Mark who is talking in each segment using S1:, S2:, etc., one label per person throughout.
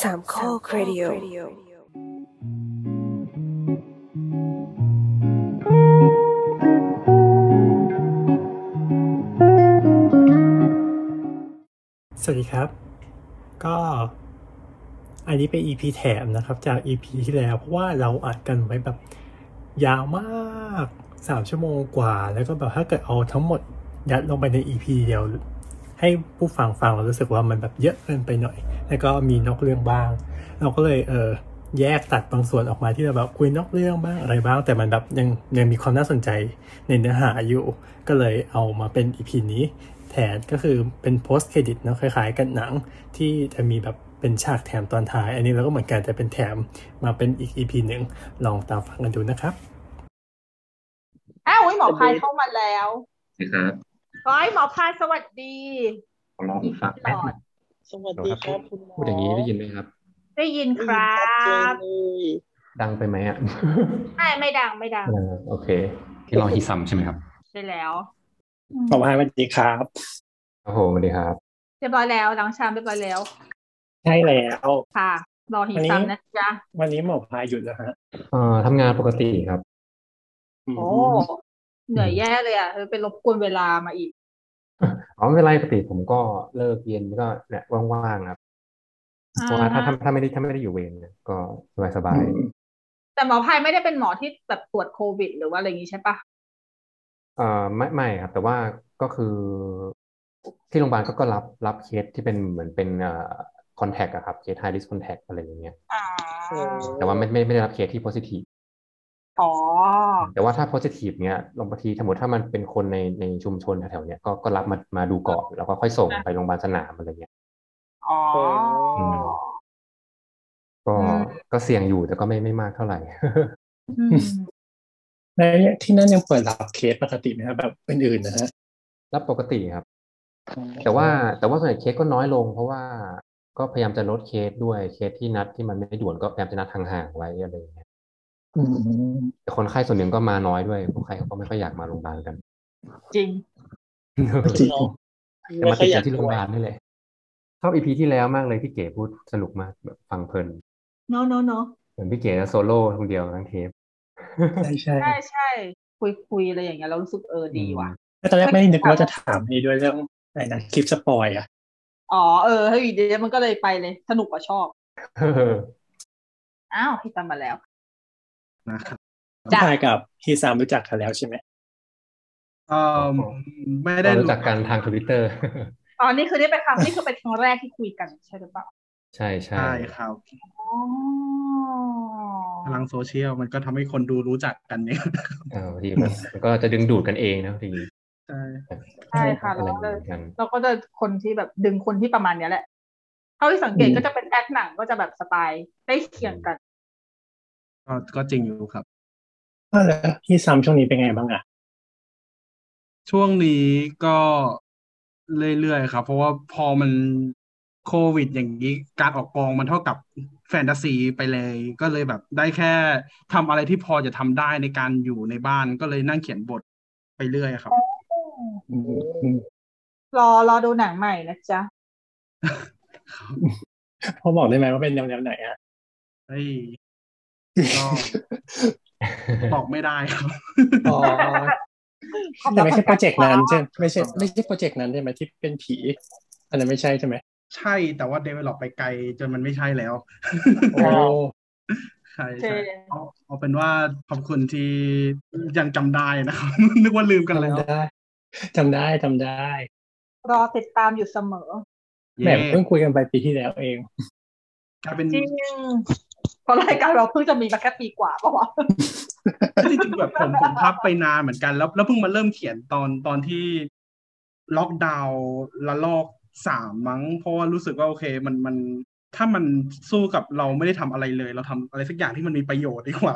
S1: สามข้อครดิโอ
S2: สวัสดีครับ ก็อันนี้เป็น EP แถมนะครับ จาก EP ที่แล้ว เพราะว่าเราอัดกันไว้แบบยาวมากสามชั่วโมงกว่า แล้วก็แบบถ้าเกิดเอาทั้งหมดยัดลงไปใน EP เดียว ให้ผู้ฟังฟังเรารู้สึกว่ามันแบบเยอะเกินไปหน่อย แล้วก็มีนอกเรื่องบ้าง เราก็เลยเออแยกตัดบางส่วนออกมาที่เราแบบคุยนอกเรื่องบ้างอะไรบ้าง แต่มันแบบยังยังมีความน่าสนใจในเนื้อหาอยู่ ก็เลยเอามาเป็น EP นี้ แทนก็คือเป็น post credit เนอะคล้ายๆ กันหนังที่จะมีแบบเป็นฉากแถมตอนท้าย อันนี้เราก็เหมือนกันแต่เป็นแถมมาเป็นอีก EP หนึ่งลองตามฟังกันดูนะครับ
S3: อ้าวอุ๊ยหมอพายเข้ามาแล้ว
S4: สวัสดีครับ
S3: ร้อยหมอพายสวัสดี
S4: ขอลองหูฟัง
S3: หล
S4: แป๊บ
S3: อ
S4: นึ
S3: ด
S4: ง
S5: สวัสดีครับคุณหมอ
S4: พูดอย่างนี้ได้ยินไหมครับ
S3: ได้ยิน
S5: ได้ยิน
S3: ค
S5: ชั
S3: รั
S5: ด
S3: บ
S5: เจนเลย
S4: ดังไปไหมอ่ะ
S3: ไม่ไม่ดังไม่ดัง
S4: เออโอเค ที่ลองฮีซัมใช่ไหมครับ
S3: ใช่แล้ว
S6: หมอพายสวัสดีครับ
S4: ครับผมสวัสดีครับ
S3: เรียบร้อยแล้วล้างชามเรียบร้อยแล้ว
S6: ใช่แล้ว
S3: ค่ะ รอหีซัมนะจ๊ะ
S6: วันนี้หมอพายหยุดแล้วฮะ
S4: เอ่อทำงานปกติครับ
S6: ม
S3: โอ้เหนื่อยแย่เลยอ่ะเออไป็นรบกวนเวลามาอีก
S4: อ๋อไม่เป็นไรปกติผมก็เลิกเย็นก็เนี่ยว่างๆครับเพราะว่าถ้าถ้าถ้าไม่ได้ถ้าไม่ได้อยู่เวรเนี่ยก็สบายสบาย
S3: แต่หมอพายไม่ได้เป็นหมอที่แบบตรวจโควิด หรือว่าอะไรอย่างนี้ใช่ปะ
S4: เอ่อไม่ไม่ครับ แต่ว่าก็คือ ที่โรงพยาบาลก็ก็รับรับเคสที่เป็นเหมือนเป็นเอ่อคอนแทคอะครับเคสไฮริสคอนแทคอะไรอย่างเงี้ย
S3: อ่า
S4: แต่ว่าไม่ไม่ไม่ได้รับเคสที่ positive
S3: อ๋อ
S4: แต่ว่าถ้า positive เนี่ยลงบางทีสมมติถ้ามันเป็นคนในในชุมชนแถวๆเนี้ยก็ก็รับมามาดูก่อน แล้วก็ค่อยส่งไปโรงพยาบาลสนามอะไรเงี้ย
S3: อ๋อ
S4: ก็
S3: อืม
S4: ก็เสี่ยงอยู่แต่ก็ไม่ไม่มากเท่าไหร่
S3: อืม
S6: แล้วที่นั่นยังเปิดรับเคสปกติไหมครับแบบอื่นๆนะฮะ
S4: รับปกติครับ แต่ว่าแต่ว่าส่วนใหญ่เคสก็น้อยลง เพราะว่าก็พยายามจะลดเคสด้วยเคสที่นัดที่มันไม่ด่วนก็พยายามจะนัดห่างๆไว้อะไรอย่างเงี้ย
S6: อืม
S4: แต่คนไข้ส่วนหนึ่งก็มาน้อยด้วยคนไข้เขาก็ไม่ค่อยอยากมาโรงพยาบาล กัน
S3: จริง
S6: จริง
S5: เนาะ
S4: แต่มาติด
S5: อย
S4: กันที่โรงพยาบาลนี่แหละชอบอีพีที่แล้วมากเลยที่เก๋พูดสนุกมากแบบฟังเพลิน
S3: no no no
S4: เหมือนพี่เก๋จะโซโล่คนเดียวทั้งเทป
S6: ใช่ใช่
S3: ใช่ใช่คุยคุยอะไรอย่างเงี้ยเรารู้สึกเออดีว่ะ
S6: แล้วตอนแรกไม่ได้นึกว่าจะถามนี่ด้วยเรื่องอะไรนะคลิปสปอยอ่ะ
S3: อ๋อเออเฮ้ยอยู่ดีๆมันก็เลยไปเลย สนุกกว่าชอบ
S4: เออ
S3: อ้าวพี่ตันมาแล้ว
S7: นะครับ
S6: หมอ
S3: จ้ะ
S6: พายกับฮีซามรู้จักกันแล้วใช่ไหม
S7: เอ่อไม่ได้
S4: เรารู้จักกันทางทวิตเตอร์
S3: อ๋อนี่คือได้ไปครั้งนี่คือเป็นครั้งแรกที่คุยกันใช่หรือเปล่า
S4: ใช่ใช่
S7: ใช่ครับ
S3: อ๋อ
S7: พลังโซเชียลมันก็ทำให้คนดูรู้จักกันเนี่ย
S4: เออบางทีมันมันก็จะดึงดูดกันเองนะบางที
S7: ใช่
S3: ใช่ค่ะ
S4: อะ
S3: เรา
S4: ไร
S3: ก็จะ
S4: เหมือน กัน
S3: เราก็จะคนที่แบบดึงคนที่ประมาณเนี้ยแหละเท่าที่สังเกตก็จะเป็นแอดหนังก็จะแบบสไตล์ใกล้เคียงกัน
S7: ก็ก็จริงอยู่ครับ
S6: ก็แล้วฮีซามช่วงนี้เป็นไงบ้างอ่ะ
S7: ช่วงนี้ก็เรื่อยๆครับ เพราะว่าพอมันโควิดอย่างนี้ การออกกองมันเท่ากับแฟนตาซีไปเลย ก็เลยแบบได้แค่ทำอะไรที่พอจะทำได้ในการอยู่ในบ้านก็เลยนั่งเขียนบทไปเรื่อยครับ
S6: อืม
S3: รอรอดูหนังใหม่นะจ๊ะ
S6: พอบอกได้ไหมว่าเป็นแนวๆไหนอ่ะ
S7: เฮ้ยก็บอกไม่ได้ครับ
S6: อ๋อแต่ ไม่ใช่โปรเจกต์นั้นใช่ไหมไม่ใช่ไม่ใช่โปรเจกต์นั้นใช่ไหมที่เป็นผีอันนั้นไม่ใช่ใช่ไหม
S7: ใช่แต่ว่า develop ไปไกลจนมันไม่ใช่แล้ว
S6: โอ้
S7: ใช่
S3: โอเค
S7: ใช่เอาเอาเป็นว่าขอบคุณที่ยังจำได้นะครับ นึกว่าลืมกันแล้ว
S6: จำได้จำได้จำได้
S3: รอติดตามอยู่เสมอ
S6: แหม
S7: เย่
S6: เพิ่งคุยกันไปปีที่แล้วเอง
S7: กลายเป็น
S3: จริงเพราะรายการเราเพิ่งจะมีมาแค่ปีกว่า ปะวะ
S7: จริงๆแบบผมผมพับไปนานเหมือนกันแล้ว แล้วเพิ่งมาเริ่มเขียนตอนตอนที่ล็อกดาวน์ละลอกสามมั้ง เพราะว่ารู้สึกว่าโอเค มันมัน ถ้ามันสู้กับเราไม่ได้ทำอะไรเลย เราทำอะไรสักอย่างที่มันมีประโยชน์ดีกว่า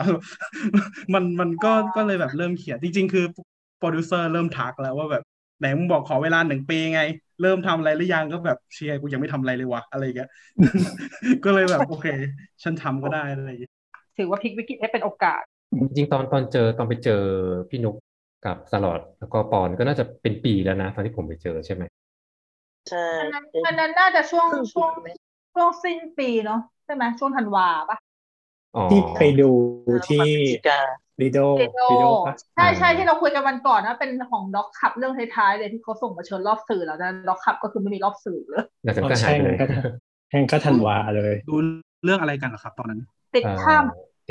S7: มันมันก็ก็เลยแบบเริ่มเขียนจริง ๆ คือโปรดิวเซอร์เริ่มทักแล้วว่าแบบไหนมึงบอกขอเวลาหนึ่งปีไง เริ่มทำอะไรหรือยังก็แบบเชียร์กูยังไม่ทำอะไรเลยวะอะไรอย่างเงี้ ย ก็เลยแบบโอเค ฉันทำก็ได้อะไรอย่างเงี้ย
S3: ถือว่าพลิกวิกฤตให้เป็นโอกาส
S4: จริงๆตอนตอนเจอตอนไปเจอพี่นุกกับสลอดแล้วก็ปอนก็น่าจะเป็นปีแล้วนะ ตอนที่ผมไปเจอใช่ไหม
S5: ใช่
S3: อันนั้นอันนั้นน่าจะช่วง
S5: ครึ่งปี
S3: ช่วง
S5: ไหม
S3: ช่วงสิ้นปีเนาะ ใช่ไหมช่วงธันวาปะ
S4: อ๋อ
S6: ที่ไปดูที่
S5: จิกา
S6: ลิโด
S3: เจโด
S6: ลิโดปะ
S3: ใช่ใช่
S4: อ่า
S3: ที่เราคุยกันวันก่อนว่าเป็นของด็อกขับเรื่องท้ายๆเลยที่เขาส่งมาเชิญรอบสื่อแล้วนะด็อกขับก็คือไม่มีรอบสื่อเลย
S4: แล้วกัน
S6: อ๋อ
S4: ก็หา
S6: ใช่
S4: ยไปเล
S6: งั้
S4: ย
S6: นก็งั้นก็ธันวาเลย
S7: ดูเรื่องอะไรกันเหรอครับ ตอนนั้น
S3: ติด
S4: เอ่อ
S3: ถ้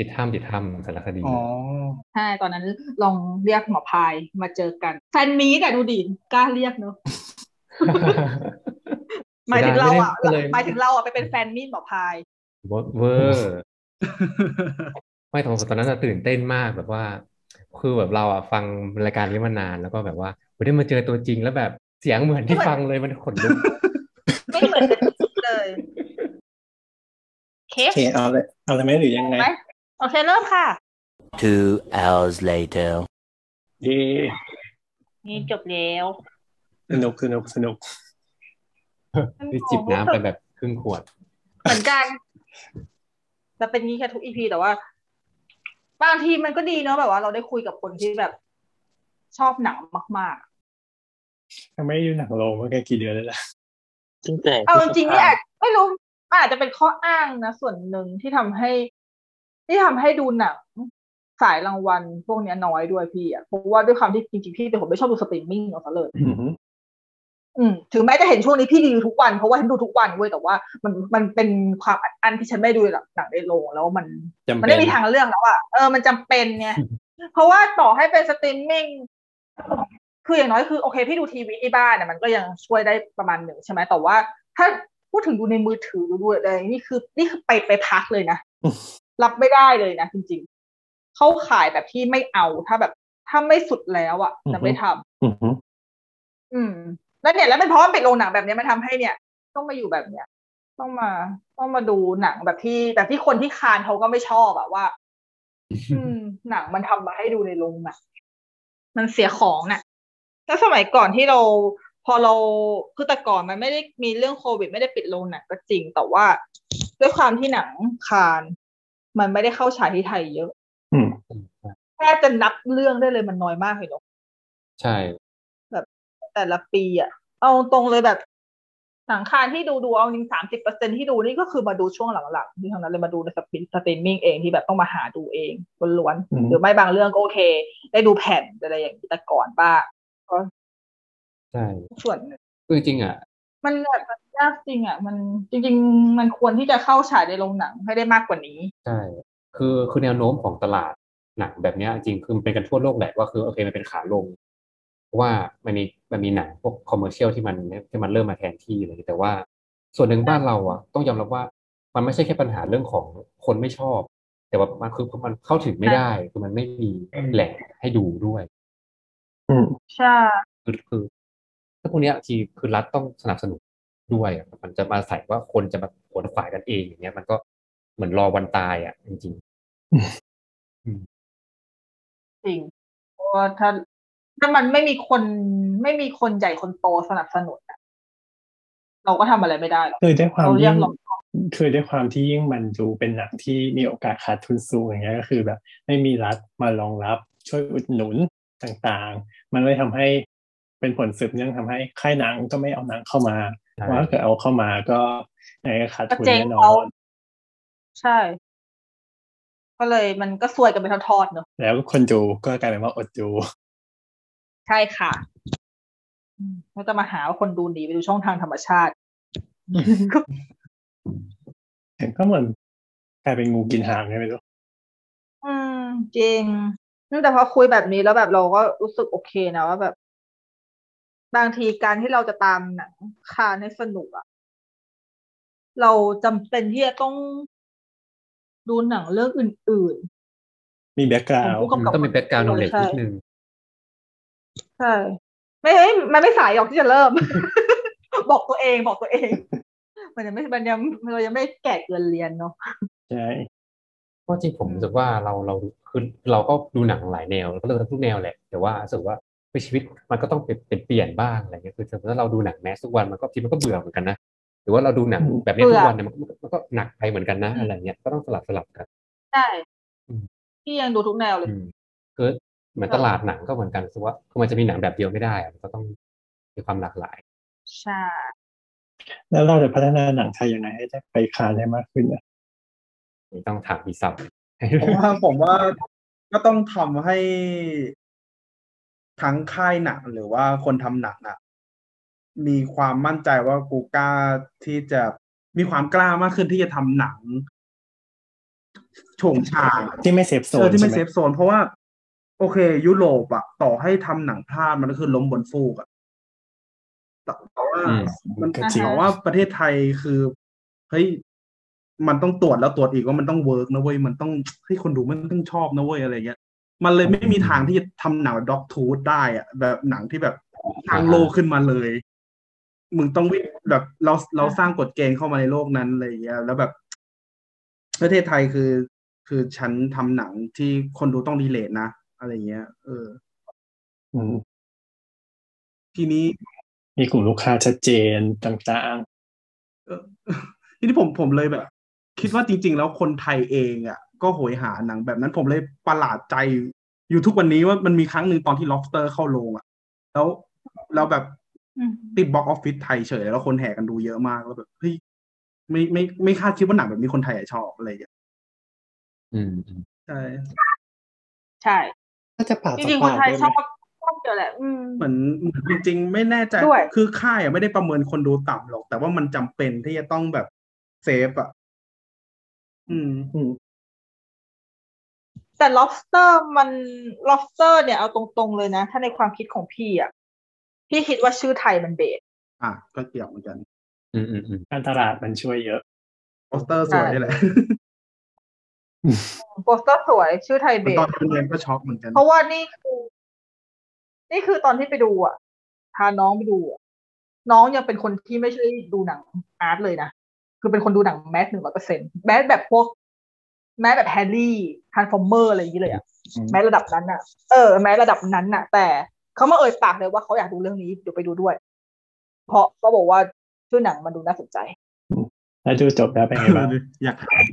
S4: ติดถ้ำติดถ้ำสารคดี
S7: อ๋อ
S3: ำใช่ตอนนั้นลองเรียกหมอพายมาเจอกันแฟนมีแต่ดูดิกล้าเรียกเนอะหมายถึงเราอ่ะ
S6: ไม่ได้เลย
S3: หมายถึงเราอ่ะไปเป็นแฟนมีดหมอพาย
S4: เวอร์เวอร์ไม่ตอนตอนนั้นอะตื่นเต้นมากแบบว่า คือแบบเราอ่ะฟังรายการนี้มานานแล้วก็แบบว่าโหได้มาเจอตัวจริงแล้วแบบเสียงเหมือนที่ฟังเลยมันขน ลุก
S3: ไม่เหมือนกันเลย เค
S6: โอ
S3: ฟ
S6: เคเอาเลยเอาเลยไหมหรือยังไง
S3: ไหมโอเคเริ่มค่ะ
S1: Two hours later.
S6: เย่
S5: นี่จบแล้ว
S6: สนุกสนุกสนุก
S4: คือจิบน้ำไปแบบครึ่งขวด
S3: เหมือนกันแต่เป็นงี้แค่ทุกอีพีแต่ว่า บางทีมันก็ดีเนาะแบบว่าเราได้คุยกับคนที่แบบ ชอบหนังมาก
S6: ทำไมอยู่หนังโรงเมื่อกี่เดือนแล้วล่ะ
S5: ตั้งแต่
S3: ๆ เอาจริงๆนี่อาจไม่รู้อาจจะเป็นข้ออ้างนะส่วนหนึ่งที่ทำให้ ที่ทำให้ดูหนังสายรางวัลพวกเนี้ยน้อยด้วยพี่อ่ะเพราะว่าด้วยความที่จริงๆพี่เป็นคนไม่ชอบดูสตรีมมิ่งเอาซะเลย อืมถึงแม้จะเห็นช่วงนี้พี่รีวิวทุกวันเพราะว่าฉันดูทุกวันเว้ยแต่ว่ามันมันเป็นความอัดอันที่ฉันไม่ดูหนังในโรงแล้วมัน
S6: จำ
S3: มัน
S6: เป็
S3: ไม่
S6: น
S3: มีทางเลือกแล้วอะเออ มันจำเป็นไง เพราะว่าต่อให้เป็นสตรีมมิ่ง คืออย่างน้อยคือโอเค พี่ดูทีวีที่บ้านเนี่ยมันก็ยังช่วยได้ประมาณหนึ่งใช่ไหมแต่ว่า ถ้าพูดถึงดูในมือถือดูอะไรนี่คือ นี่คือไปไปพักเลย นะ รับไม่ได้เลยนะจริงๆ เขาขายแบบที่ไม่เอาถ้าแบบ ถ้าไม่สุดแล้วอะจะไม่ทำ
S6: อือหือ
S3: อืม แล้วเนี่ยแล้วเป็นเพราะมันเป็นโรงหนังแบบเนี้ยมันทำให้เนี่ย ต้องมาอยู่แบบเนี้ยต้องมาต้องมาดูหนังแบบที่แบบที่คนที่คานเขาก็ไม่ชอบอะว่า อืม หนังมันทำมาให้ดูในโรงหนังมันเสียของอะแล้วสมัยก่อนที่เรา พอเราคือแต่ก่อนมันไม่ได้มีเรื่องโควิด ไม่ได้ปิดโรงหนังก็จริง แต่ว่าด้วยความที่หนังคานมันไม่ได้เข้าฉายที่ไทยเยอะ
S6: อืม
S3: แทบจะนับเรื่องได้เลยมันน้อยมากเลยเนอะ
S4: ใช่
S3: แต่ละปีอะเอาตรงเลยแบบหนังคานที่ดูดูเอาจริงสามสิบเปอร์เซ็นที่ดูนี่ก็คือมาดูช่วงหลังๆที่ทางนั้นเลยมาดูในสปินสตรีมมิ่งเองที่แบบต้องมาหาดูเองล้วน
S6: อืม
S3: ๆหรือไม่บางเรื่องก็โอเค ได้ดูแผ่นอะไรอย่างนี้แต่ก่อนบ้าง
S4: ใช่
S3: ส่วนหนึ่ง
S4: คือจริงๆอ่ะ
S3: มันแบบมันยากจริงอะมันจริง ๆ มันควรที่จะเข้าฉายในโรงหนังให้ได้มากกว่านี้
S4: ใช่ คือคือแนวโน้มของตลาดหนังแบบเนี้ยจริงคือมันเป็นกันทั่วโลกแหละว่าคือโอเคมันเป็นขาลงเพราะว่ามันมีมันมีหนังพวกคอมเมอร์เชียลที่มันที่มันเริ่มมาแทนที่อะไรอย่างเงี้ยแต่ว่าส่วนหนึ่งบ้านเราอ่ะต้องยอมรับว่ามันไม่ใช่แค่ปัญหาเรื่องของคนไม่ชอบ แต่ว่ามันคือมันเข้าถึงไม่ได้คือมันไม่มีแหล่งให้ดูด้วย
S6: อืม
S3: ใช่
S4: คือคือถ้าพวกเนี้ยทีคือรัฐต้องสนับสนุนด้วยอะมันจะมาใส่ว่าคนจะแบบขวนขวายกันเองอย่างเงี้ย มันก็เหมือนรอวันตายอ่ะจริง
S3: จริง เพราะว่าถ้าถ้ามันไม่มีคนไม่มีคนใหญ่คนโตสนับสนุนอะเราก็ทำอะไรไม่ได้หรอก
S6: คือด้วยความ
S3: เราเรีย
S6: ยิ่
S3: ก
S6: ง
S3: ร้อง
S6: คือด้วยความที่ยิ่งมันดูเป็นหนังที่มีโอกาสขาดทุนสูงอย่างเงี้ยก็คือแบบ ไม่มีรัฐมารองรับช่วยอุดหนุนต่างๆ มันเลยทำให้เป็นผลสืบเนื่องทำให้ค่ายหนังก็ไม่เอาหนังเข้ามา
S4: ๆใช่
S6: เพราะว่าถ้าเกิดเอาเข้ามาก็ยังไงก็ขาดทุน
S3: ก็เจ๊ง
S6: แน่นอ
S3: เอา
S6: น
S3: ใช่ ก็เลยมันก็ซวยกันเป็นทอดๆเนอะ
S6: แล้วคนดูก็กลายเป็นว่าอดดู
S3: ใช่ค่ะอืมแล้วจะมาหาว่าคนดูหนีไปดูช่องทางธรรมชาติ
S6: เห็นก็เหมือนกลายเป็นงูกินหางไงไม่รู้
S3: อืม จริงแต่พอคุยแบบนี้แล้วแบบเราก็รู้สึกโอเคนะว่าแบบ บางทีการที่เราจะตามหนังคานให้สนุกอะเราจำเป็นที่จะต้องดูหนังเรื่องอื่น
S6: มีแบ็กกราว
S3: ผู้กำกับ
S4: ต้องมีแบ็กกราวด์โนเลจ
S3: ใช่
S4: นิดนึง
S3: ๆใช่ ไม่เฮ้ยมันไม่สายหรอกที่จะเริ่ม บอกตัวเองบอกตัวเอง มันยังไม่มันยังเรายังไม่แก่เกินเรียนเนาะ
S6: ใช่
S4: ก็จริงผมรู้สึกว่าเราเราคือเราก็ดูหนังหลายแนวเราก็เลือกทุกแนวแหละ แต่ว่ารู้สึกว่าชีวิตมันก็ต้องเปลี่ยนเปลี่ยนเปลี่ยนบ้างอะไรเงี้ยคือถ้าเราดูหนังแมสทุกวันมันก็ทีมันก็เบื่อเหมือนกันนะหรือว่าเราดูหนังแบบเนี้ย
S3: เบื่
S4: ทุ
S3: อ
S4: กวันเนี่ยมันก็มันก็หนักไปเหมือนกันนะอะไรเงี้ยก็ต้องสลับสลับกัน
S3: ใช่
S4: อืม
S3: พี่ยังดูทุกแนวเลย
S4: อืมคือเหมือนตลาดหนังก็เหมือนกันรู้สึกว่าคือมันจะมีหนังแบบเดียวไม่ได้อะมันก็ต้องมีความหลากหลาย
S3: ใช่
S6: แล้วเราจะพัฒนาหนังไทยยังไงให้ได้ไปคานได้มากขึ้นอะ
S4: นี่ต้องถามพี่ซับ
S7: ผมว่าผมว่าก็ต้องทำให้ทั้งค่ายหนังหรือว่าคนทำหนังอ่ะ มีความมั่นใจว่ากูกล้าที่จะมีความกล้ามากขึ้นที่จะทำหนังโฉงฉาง
S6: ที่ไม่เซฟโซ
S7: เออนที่
S6: ใช่
S7: ไม่
S6: ไหม
S7: เซฟโซน เพราะว่า โอเค ยุโรปอะต่อให้ทำหนังพลาดมันก็คือล้มบนฟูกอะแต่แต่ว่า
S4: อืม
S7: มัน
S6: ก็
S3: อ่า
S6: จริง
S3: ฮะ
S7: แต่ว่าประเทศไทยคือเฮ้ยมันต้องตรวจแล้วตรวจอีกว่ามันต้องเวิร์กนะเว้ยมันต้องให้คนดูมันต้องชอบนะเว้ยอะไรเงี้ยมันเลยไม่มีทางที่จะทำหนังด็อกทูธได้อะแบบหนังที่แบบทางโลกขึ้นมาเลย มึงต้องวิ่งแบบเราเราสร้างกฎเกณฑ์เข้ามาในโลกนั้นอะไรอย่างเงี้ยแล้วแบบ ประเทศไทยคือ คือฉันทำหนังที่คนดูต้องรีเลทนะ อะไรอย่างเงี้ย เออ
S6: อืม
S7: ทีนี้
S6: มีกลุ่มลูกค้าชัดเจนต่าง
S7: เอ อ ทีนี้ผมผมเลยแบบ คิดว่าจริง ๆ แล้วคนไทยเองอ่ะ ก็โหยหาหนังแบบนั้นผมเลยประหลาดใจอยู่ทุกวันนี้ว่ามันมีครั้งหนึ่งตอนที่ lobster เข้าโรงอ่ะ แล้วเราแบบ
S3: อืม
S7: ติดบ็อกออฟฟิศไทยเฉยแล้วคนแห่กันดูเยอะมากแล้วแบบเฮ้ยไม่ไม่ไม่คาดคิดว่าหนังแบบนี้คนไทยอะชอบอะไรอย่างเงี้ย
S4: อืมอืม
S7: ใช่
S3: ใช่
S6: ๆน่าจะปา
S3: จ
S6: กต่อ
S3: ริงๆค
S6: ปาน ก
S3: ไทย
S6: ได้
S3: ช
S6: ไหม
S3: อบชอบเดียวแหละ อืม
S7: เหมือนเหมือนจริง ๆ ไม่แน่ใจ
S3: ด้วย
S7: คือค่ายอะไม่ได้ประเมินคนดูต่ำหรอก แต่ว่ามันจำเป็นที่จะต้องแบบเซฟอ่ะ อืม
S6: อืม
S3: แต่ lobster มัน lobster เนี่ยเอาตรงๆเลยนะ ถ้าในความคิดของพี่อ่ะ พี่คิดว่าชื่อไทยมันเบส
S7: อ่ะก็เกี่ยวเหมือนกัน
S4: อืมอืมอืม
S6: การตลาดมันช่วยเยอะ
S7: โปสเตอร์สวยนี่แหละ
S3: โปสเตอร์สวยชื่อไทยเบ
S7: ตอน
S3: ส
S7: ทำเรียนก็ช็อกเหมือนกัน
S3: เพราะว่านี่คือ นี่คือตอนที่ไปดูอ่ะ พาน้องไปดูอะน้องยังเป็นคนที่ไม่ใช่ดูหนังอาร์ตเลยนะ คือเป็นคนดูหนังแมสหนึ่งร้อยเปอร์เซ็นแมสแบบพวก แมสแบบแฮร์รี่ฮันฟอร์เมอร์อะไรอย่างนี้เลยอ่ะ
S6: อืม
S3: แมสระดับนั้นอ่ะ เออ แมสระดับนั้นอ่ะ แต่เขามาเอ่ยปากเลยว่าเขาอยากดูเรื่องนี้เดี๋ยวไปดูด้วย เพราะก็บอกว่าชื่อหนังมันดูน่าสนใจ
S6: แล้วดูจบแล้วเป็นไงบ้าง
S7: อยากถาม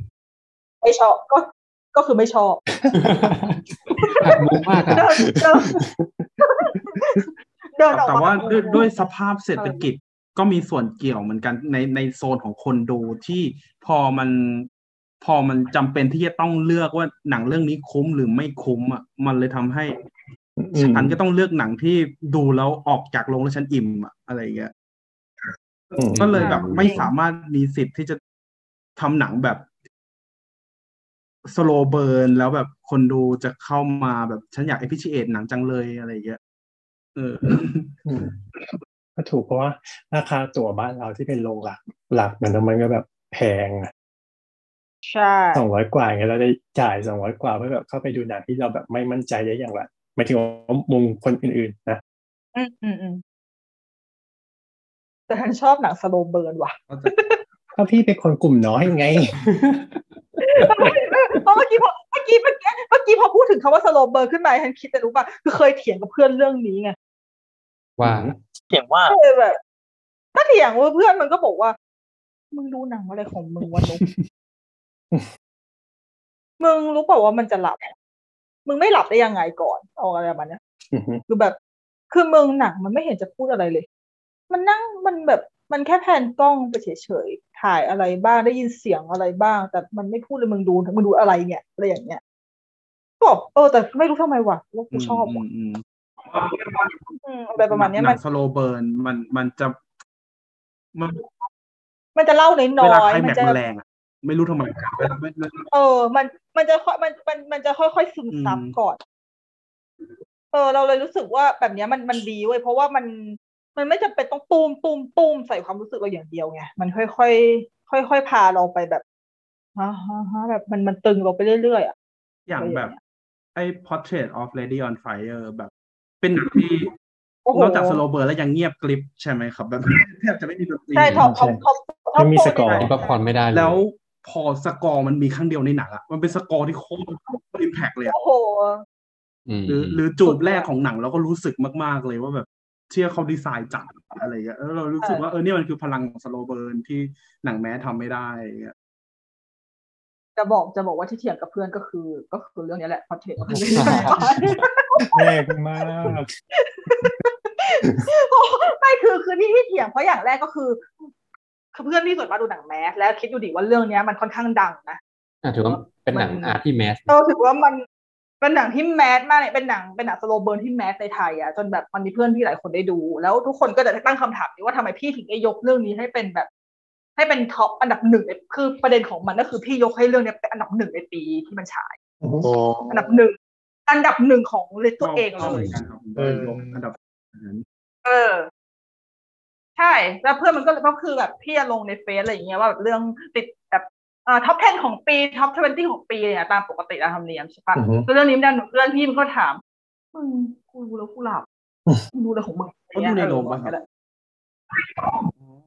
S3: ไม่ชอบก็ ก็คือไม่ชอบ
S4: หักมุมมากอะ
S3: เดินเดินเดินออก
S7: แต่
S3: มา
S7: ว่าด้วยด้วยสภาพเศรษฐกิจก็มีส่วนเกี่ยวเหมือนกันในในโซนของคนดูที่พอมันพอมันจำเป็นที่จะต้องเลือกว่าหนังเรื่องนี้คุ้มหรือไม่คุ้มอ่ะมันเลยทำให้
S6: อืม
S7: ฉันก็ต้องเลือกหนังที่ดูแล้วออกจากโรงแล้วฉันอิ่มอ่ะอะไรอย่างเงี้ย
S6: อืม
S7: ก็เลยแบบไม่สามารถมีสิทธิ์ที่จะทำหนังแบบสโลเบิร์นแล้วแบบคนดูจะเข้ามาแบบฉันอยาก a p p r e c i a t e หนังจังเลยอะไรอย่างเงี้ยเออ
S6: อืมก็ถูกเพราะว่าราคาตั๋วบ้านเราที่เป็นโรงหลักหลักมันมันก็แบบแพงอะ
S3: ใช่
S6: สองร้อยกว่าอย่างเงี้ยเราได้จ่ายสองร้อยกว่าเพื่อแบบเข้าไปดูหนังที่เราแบบไม่มั่นใจได้อย่างไรหมายถึงว่ามุมคนอื่นๆนะ
S3: อืมอืมอืมแต่ฉันชอบหนังสโลว์เบิร์นว่ะ
S6: ก็พี่เป็นคนกลุ่มน้อยไง
S3: เพราะเมื่อกี้พอเมื่อกี้เมื่อกี้เมื่อกี้พอพูดถึงคำว่าสโลว์เบิร์นขึ้นมาฉันคิดแต่รู้ป่ะคือเคยเถียงกับเพื่อนเรื่องนี้ไง
S4: ว่า
S5: เสียงว่า
S3: ก็เลยแบบก็เถียงว่าเพื่อนมันก็บอกว่า มึงดูหนังอะไรของมึงวะนุ๊กมึงรู้เปล่าว่ามันจะหลับ มึงไม่หลับได้ยังไงก่อนเอาอะไรประมาณเนี้ย
S6: อือฮึ
S3: คือแบบคือเมืองหนังมันไม่เห็นจะพูดอะไรเลย มันนั่งมันแบบมันแค่แพนกล้องไปเฉยๆถ่ายอะไรบ้างได้ยินเสียงอะไรบ้าง แต่มันไม่พูดเลยมึงดูมึงดูอะไรเนี่ยอะไรอย่างเงี้ยก็บอกเออแต่ไม่รู้ทำไมวะว่ากูชอบว่ะ
S7: ม
S3: อืมอะไรประมาณเนี้ย
S7: หนั
S3: มัน
S7: งสโลเบิร์นมันมันจะมัน
S3: มันจะเล่าน้
S7: เวลา
S3: อย
S7: ใคร
S3: ๆมั
S7: แม็ก
S3: จะ
S7: มันแรงอะไม่รู้ทำไมเวลาไม่
S3: เออ มันมันจะค่อยมันมันมันจะค่อยๆซึมซับ
S7: อืม
S3: ก่อน เออ เราเลยรู้สึกว่าแบบเนี้ยมันมันดีเว้ยเพราะว่ามันมันไม่จำเป็นต้องตูมตูมตูมใส่ความรู้สึกเราอย่างเดียวไงมันค่อยค่อยค่อยๆค่อยๆพาเราไปแบบฮะฮะฮะแบบมันมันตึงเราไปเรื่อยๆอ่ะ
S7: อย่าง
S3: อะไรอย่าง
S7: แบบ ไอ้ Portrait of Lady on Fire แบบ เป็นหนังที่
S3: โอ้โห
S7: นอกจากสโลเบิร์นแล้วยังเงียบกริบใช่ไหมครับ แบบแทบจะไม่มีดนตรี
S3: ใช่ท็อปท็อปท็อปท็อป
S6: ไม่มีสกอร์
S4: อันนี้ก็พรไม่ได้เลย
S7: แล้วพอสกอร์มันมีครั้งเดียวในหนังอะมันเป็นสกอร์ที่โคตรโคตรอิมแพกเลยอะ
S3: โอ้โห
S4: ม
S7: หรือหรือจูบแรกของหนังเราก็รู้สึกมาก ๆ เลยว่าแบบเชื่อเขาดีไซน์จัดอะไรเงี้ยแล้วเรารู้สึกว่าเออเนี่ยมันคือพลังของสโลเบิร์นที่หนังแม้ทำไม่ได้เงี้ย
S3: จะบอกจะบอกว่าที่เถียงกับเพื่อนก็คือ ก็คือเรื่องนี้แหละพอเถียงกับเพื่อน
S6: แรงมาก
S3: ไม่คือคือที่ที่เถียงเพราะอย่างแรกก็คือคือเพื่อนที่ส่วนมากดูหนังแมสแล้วคิดดูดิว่าเรื่องเนี้ยมันค่อนข้างดังนะ
S4: อ่ะถือว่าเป็นหนัง
S3: มัน
S4: อาร์ตที่แมส
S3: เราถือว่ามันเป็นหนังที่แมสมากเลยเป็นหนังเป็นหนังสโลเบิร์นที่แมสในไทยอ่ะจนแบบมันมีเพื่อนพี่หลายคนได้ดู แล้วทุกคนก็จะตั้งคำถามนี้ว่าทำไมพี่ถึงได้ยกเรื่องนี้ให้เป็นแบบ ให้เป็นท็อปอันดับหนึ่งในคือประเด็นของมันก็คือพี่ยกให้เรื่องเนี้ยเป็นอันดับหนึ่งในปีที่มันฉาย
S5: โอ้
S3: อันดับหนึ่งอันดับหนึ่งของตัวเอง
S7: ข้า
S3: เล
S7: เหมื
S3: ย
S7: อนกันครับ
S6: เออ
S7: ยกอันดับนั้น
S3: เออ ใช่ แล้วเพื่อนมันก็ก็คือแบบพี่จะลงในเฟซอะไรอย่างเงี้ยว่าแบบเรื่องติดแบบเอ่อท็อป 10 ของปีท็อป 20 ของปีเนี่ยตามปกติตามธรรมเนียมใช่ปะ
S6: อือฮึ
S3: แล้วเรื่องนี้มันดันเพื่อนพี่มันก็ถามอืมกูดูแล้วกูหลับกูดูแล้วของมึง
S7: เขาดูในโรงป่ะครับ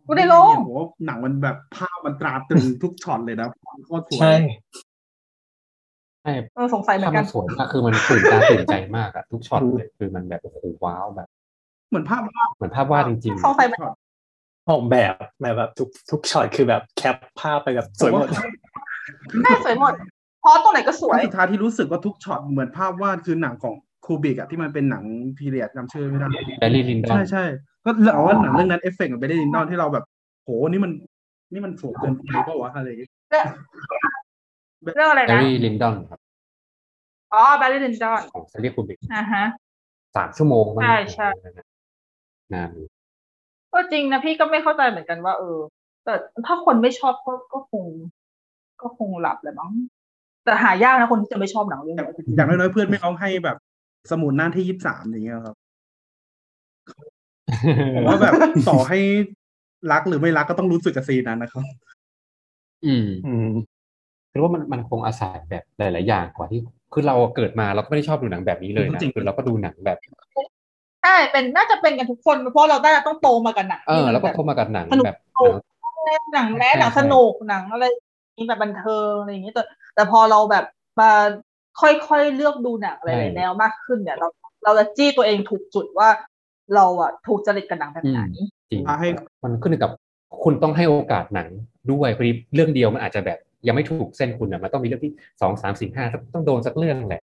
S3: กูในโรง
S7: โอ้โหหนังมันแบบภาพมันตราตรึงทุกช็อตเลยนะภาพโคตรสวย
S6: ใช่
S3: เออสงสัยเหมือกั
S4: ถ้านมัน นสวยมากคือมันตื่นตาตื่นใจมากอะทุกช็อตเลยคือมันแบบโอ้โหว้าวแบบ
S7: เหมือนภาพวาด
S4: เหมือนภาพวาดจริง
S3: สงสัยเหมือน
S7: ช็อต
S6: ออกแบบแบบแบบทุกทุกช็อตคือแบบแคปภาพไปแบบสวยหมด
S3: ใช่สวยหมดพอสตรงไหนก็สวย
S7: สุดท้ายที่รู้สึกว่าทุกช็อตเหมือนภาพวาดคือหนังของคูบิกอะที่มันเป็นหนังพีเรียดจำชื่อไม่ได้
S4: ๆแบลลี่ลินดอน
S7: ใช่ใช่ก็แล้วเอาว่าหนังเรื่องนั้นเอฟเฟกต์มันไปได้ดินดอนที่เราแบบ โหนี่มันนี่มันสวยเกินไปเปล่าวะอะไรอย่างเงี้ย
S3: เรื่องอะไร
S4: แบล
S3: นะ
S4: ลี่ลินดอนครับ
S3: อ๋อแบลลินจอน
S4: ของแซลลี่คูบิก
S3: อ่าฮะ
S4: สามชั่วโมงมั้ง
S3: ใช่ใช่
S4: นาน
S3: ก็จริงนะพี่ก็ไม่เข้าใจเหมือนกันว่า เออ แต่ถ้าคนไม่ชอบก็ก็คง ก็คงหลับแหละมั้งแต่หายากนะคนที่จะไม่ชอบหนังเรื่องนี้
S7: อย่างน้อยๆเพื่อนไม่ร้องให้แบบสมุนหน้าที่ยี่สิบสามอย่างเงี้ยครับผมว่า แบบต่อให้รักหรือไม่รักก็ต้องรู้สึกกับซีนนั้นนะครับ
S4: อืม
S6: อืม
S4: คือว่ามันมันคงอาศัยแบบหลาย ๆ อย่างกว่าที่ คือเราเกิดมาเราก็ไม่ได้ชอบดูหนังแบบนี้เลยนะ
S7: จริง
S4: คือเราก็ดูหนังแบบ
S3: ใช่เป็นน่าจะเป็นกันทุกคนเพราะเราได้ต้องโตมากับหนัง
S4: เออ
S3: ที่มัน
S4: แล้วก็
S3: บบ
S4: เข้ามากับหนัง
S3: สนุก
S4: แบบ
S3: หนังแมสหนัง
S4: ใช่ใช่
S3: สนุกหนังอะไรมีแบบบันเทิงอะไรอย่างเงี้ยแต่แต่พอเราแบบมาค่อยๆเลือกดูหนังอะไรหลายๆแนวมากขึ้นเนี่ย เราเราจะจี้ตัวเองถูกจุดว่า เราอะถูกจริตกับหนังแบบไหน
S4: จริง
S7: อ่ะให้
S4: มันขึ้นอยู่กับคุณต้องให้โอกาสหนังด้วยพอดีเรื่องเดียวมันอาจจะแบบ ยังไม่ถูกเส้นคุณนะมันต้องมีเรื่องที่สองสามสี่ห้าต้องโดนสักเรื่องแหละ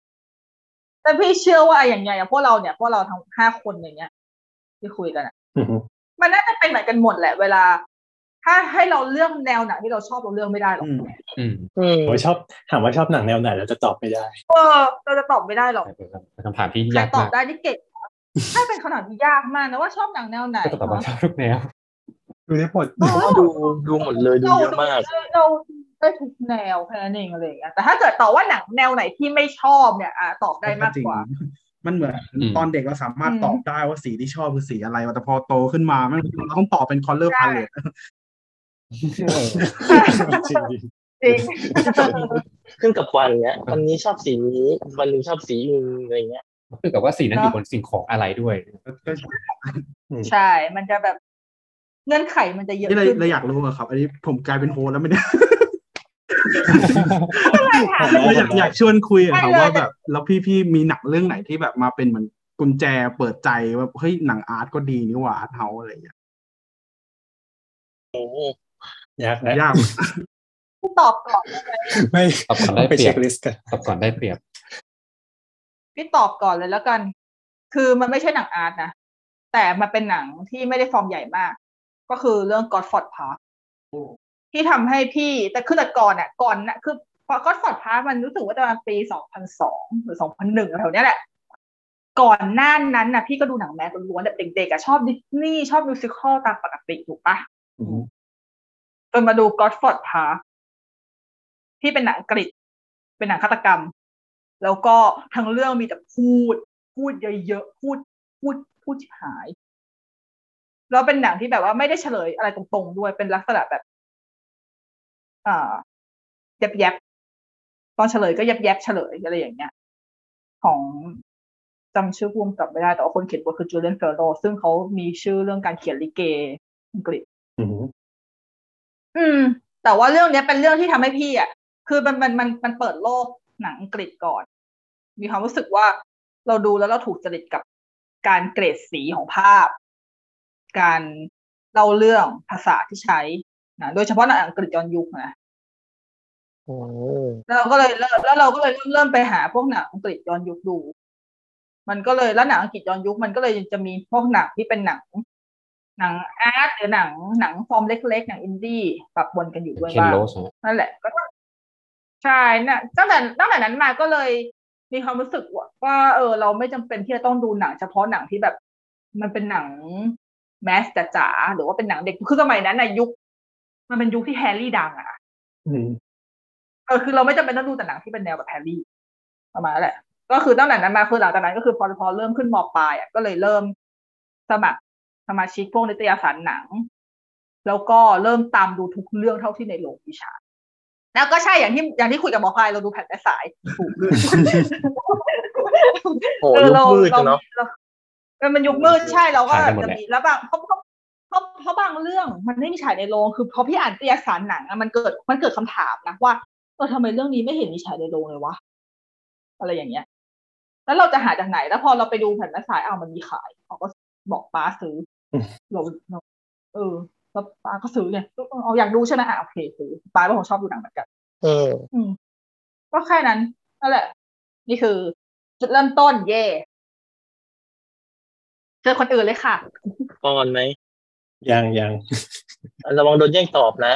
S3: แต่พี่เชื่อว่าไอ้อย่างเงี้ยอย่างพวกเราเนี่ยพวกเราทั้งห้าคนอย่างเงี้ยที่คุยกันอะ
S6: อืม
S3: มันน่าจะเป็นเหมือนกันหมดแหละเวลา ถ้าให้เราเลือกแนวหนังที่เราชอบเราเลือกไม่ได้หรอก
S7: อืม
S4: อืม
S5: อืม
S6: ผมชอบถามว่าชอบหนังแนวไหนเราจะตอบไม่ได้
S3: เออเราจะตอบไม่ได้หรอก
S4: เป็นคำถามที่
S3: ใคร
S4: ยาก
S3: ตอ
S4: มา
S3: บ
S4: ก
S3: ได้นี่เก่งถ้าเป็นคำถามที่ยากมากนะว่าชอบหนังแนวไหน
S4: ก็จะตอบว่าชอบทุกแนว
S6: ดูได้หมด
S3: เออ
S5: ดูดูหมดเลยดูเยอะมาก
S3: เราเราได้ทุกแนวแค่นั้นเองอะไรอย่างเงี้ยแต่ถ้าเกิดตอบว่าหนังแนวไหนที่ไม่ชอบเนี่ยอ่ะตอบได้มาก
S7: จริง
S3: กว่า
S7: มันเหมือน
S4: อืม
S7: ตอนเด็กเราสามารถ
S3: อืม
S7: ตอบได้ว่าสีที่ชอบคือสีอะไรแต่พอโตขึ้นมามันเราต้องตอบเป็นคอลเลอร์พาเลต
S6: จริงด
S3: จ
S6: ิ
S3: ริง
S5: ขึ้นกับวันเนี้ยวันนี้ชอบสีนี้วันหนึงชอบสีอื่นอะไรเงี้ย
S4: คือกับว่าสีนั้นอยู่บนสิ่งของอะไรด้วย
S7: ก็
S3: ใช่ มันจะแบบเงื่อนไขมันจะเยอะ
S7: นี่เลย
S3: ขึ้น
S7: เลยอยากรู้อะครับ อันนี้ผมกลายเป็นโฮสต์แล้วไม่ได้
S3: ไม่ถาม
S7: เลยอยากอยากชวนคุยอะครับ
S3: ไม่เลย
S7: ว่าแบบ แล้วพี่พี่มีหนังเรื่องไหนที่แบบมาเป็นเหมือนกุญแจเปิดใจว่าเฮ้ยหนังอาร์ตก็ดีนี่หว่าอาร์ตเฮาอะไรอย่างเงี้ย
S5: โอ้
S6: ยากนะ
S7: ยาก
S3: ตอบก่อน
S6: ไม่
S4: ตอบก่อนได้
S6: ไป
S4: เปรีย
S6: เช็
S4: บ
S6: คลิสต์กัน
S4: ตอบก่อนได้เปรียบ
S3: พี่ตอบก่อนเลยแล้วกัน คือมันไม่ใช่หนังอาร์ตนะแต่มันเป็นหนังที่ไม่ได้ฟอร์มใหญ่มาก ก็คือเรื่อง Godford Park ที่ทำให้พี่แต่คือแต่ก่อนอ่ะก่อนนะคือ Godford Park มันรู้สึกว่าจะประมาณปี 2002 หรือ 2001แถวเนี้ยแหละ ก่อนหน้านั้นนะพี่ก็ดูหนังแมสล้วนๆแบบเด็กๆอะชอบดิสนีย์ชอบมิวสิควลตามปกติถูกปะ
S6: อืม
S3: จนมาดู Godford Park ที่เป็นหนังอังกฤษ เป็นหนังฆาตกรรม แล้วก็ทั้งเรื่องมีแต่พูด พูดเยอะๆ พูด พูด พูดชิบหาย แล้วเป็นหนังที่แบบว่าไม่ได้เฉลยอะไรตรงๆด้วย เป็นลักษณะแบบ อ่ายับยับๆตอนเฉลยก็ยับยับๆเฉลยอะไรอย่างเงี้ย ของจำชื่อพุ่มกลับไม่ได้ แต่ว่าคนเขียนบทคือจูเลียนเฟลโลซึ่งเขามีชื่อเรื่องการเขียนลิเกอังกฤษ
S6: อืม
S3: อืม แต่ว่าเรื่องเนี้ยเป็นเรื่องที่ทำให้พี่อ่ะ คือมันมันมันมันเปิดโลกหนังอังกฤษก่อน มีความรู้สึกว่าเราดูแล้วเราถูกจริตกับการเกรดสีของภาพ การเล่าเรื่องภาษาที่ใช้นะโดยเฉพาะหนังอังกฤษย้อนยุคนะ
S5: โห
S3: แล้วเราก็เลยเริ่มแล้วเราก็เลยเริ่มเริ่มไปหาพวกหนังอังกฤษย้อนยุคดู มันก็เลยแล้วหนังอังกฤษย้อนยุคมันก็เลยจะมีพวกหนังที่เป็นหนัง หนังอาร์ตหรือหนังหนังฟอร์มเล็กๆหนังอินดี้ปะปนกันอยู่ด้วย
S4: เคน
S3: บ้าง
S4: โรสนะ
S3: นั่นแหละก็ต้อง ใช่เนี่ยตั้งแต่ตั้งแต่นั้นมาก็เลยมีความรู้สึกว่าว่าเออ เราไม่จำเป็นที่จะต้องดูหนังเฉพาะหนังที่แบบ มันเป็นหนังแมสจ๋าๆหรือว่าเป็นหนังเด็กคือสมัยนั้นนะยุค มันเป็นยุคที่แฮร์รี่ดังอะ
S6: อืม
S3: เออคือเราไม่จำเป็นต้องดูแต่หนังที่เป็นแนวแบบแฮร์รี่ประมาณนั้นแหละ ก็คือตั้งแต่นั้นมาคือหลังจากนั้นก็คือพอพอเริ่มขึ้นมปลายอะก็เลยเริ่มสมัครสมาชิกพวกนิตยสารหนัง แล้วก็เริ่มตามดูทุกเรื่องเท่าที่ในโรงวิชา แล้วก็ใช่อย่างที่อย่างที่คุยกับหมอพายเราดูแผ่นแม่สาย
S5: โอ้ยุคมืดอะเนาะ
S3: เราเรามันยุคมืดใช่เราก็
S4: ขายไปหมด
S3: จะ
S4: แหละ
S3: มีแล้วบางเพราะเพราะเพราะเพราะบางเรื่องมันไม่มีฉายในโรงคือพอพี่อ่านนิตยสารหนังอะมันเกิดมันเกิดคำถามนะว่าเออทำไมเรื่องนี้ไม่เห็นมีฉายในโรงเลยวะอะไรอย่างเงี้ย แล้วเราจะหาจากไหน แล้วพอเราไปดูแผ่นแม่สายอ้าวมันมีขายเขาก็บอกป้าซื้อเราเราเออแล้วป้าก็ซื้อเนี่ยเอาอยากดูใช่ไหมอ่ะโอเคซื้อป้าเป็นคนชอบดูหนังเหมือนกัน
S5: เออ
S3: อืมก็แค่นั้นนั่นแหละ นี่คือ จุดเริ่มต้นเย่เจอคนอื่นเลยค่ะ
S5: ก่อนไหม
S6: ยังยัง
S5: ระวังโดนแย่งตอบนะ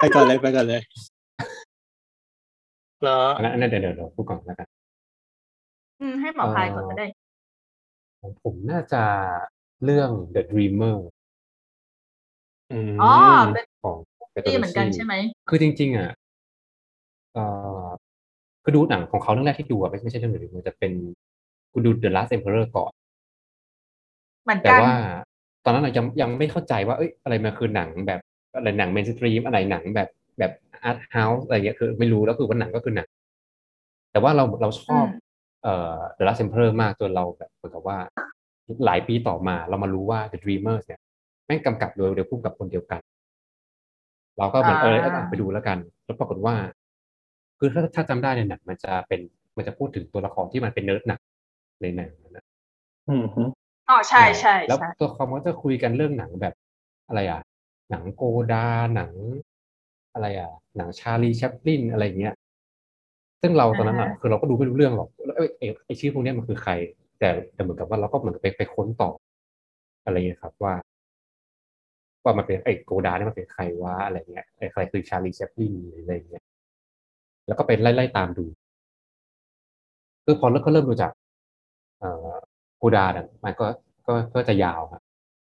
S6: ไปก่อนเลยไปก่อนเลย
S5: เนาะ
S4: อันนั้นอันนั้นเดี๋ยวเดี๋ยวเดี๋ยวพูดก่อนแล้วกัน
S3: อืม ให้หมอพายก่อนก็ได้
S4: ของผมน่าจะเรื่อง The Dreamer
S6: อืม
S3: อ๋อ เป็น
S4: ของเปโตร
S3: พี่เหมือนกันใช่ไหม
S4: คือจริง ๆ อ่ะเอ่อคือดูหนังของเขาเรื่องแรกที่ดูอ่ะไม่ไม่ใช่เรื่อง The Dreamer แต่เป็นกูดู The Last Emperor ก่อน
S3: เหมือน
S4: แต่
S3: กัน
S4: ว่าตอนนั้นเรายังยังไม่เข้าใจว่าเอ้ยอะไรมันคือหนังแบบอะไรหนังเมนสตรีมอะไรหนังแบบแบบอาร์ตเฮาส์อะไรเงี้ยคือไม่รู้แล้วคือว่าหนังก็คือหนัง แต่ว่าเราเราชอบ
S3: อืม
S4: เอ่อ The Last Emperor มากจนเราแบบเหมือนกับว่าหลายปีต่อมาเรามารู้ว่า The Dreamers เนี่ยแม่งกำกับโดยเดียวพุ่มกับคนเดียวกัน เราก็เหมือนเออ
S3: อ่า
S4: เอออ่ะไปดูแล้วกัน แล้วปรากฏว่า คือถ้าถ้าจำได้ในยหนังมันจะเป็นมันจะพูดถึงตัวละครที่มันเป็นเนิร์ดหนักในหนังนะ
S6: อืมฮึ
S3: อ๋อ ใช่ใช่
S4: แล้ว
S3: ใช่
S4: ตัวคอมก็จะคุยกันเรื่องหนังแบบอะไรอ่ะ หนังโกดาหนัง อะไรอ่ะ หนังชาลีแชปลินอะไรเงี้ย ซึ่งเราตอนนั้นอ่ะ
S3: อ่าฮะ
S4: คือเราก็ดูไม่รู้เรื่องหรอกแล้วเอ้ยไอ้ไอชื่อพวกเนี้ยมันคือใคร แต่แต่เหมือนกับว่าเราก็เหมือนไปไปค้นต่อ อะไรเงี้ยครับว่า ว่ามันเป็นไอ้โกดาเนี่ยมันเป็นใครวะอะไรเงี้ยไอ้ใครคือชาลีแชปลินอะไรเงี้ย แล้วก็ไปไล่ไล่ตามดูคือพอแล้วก็เริ่มดูจาก เอ่อ โกดาเนี่ยมันก็ก็ก็จะยาวครับ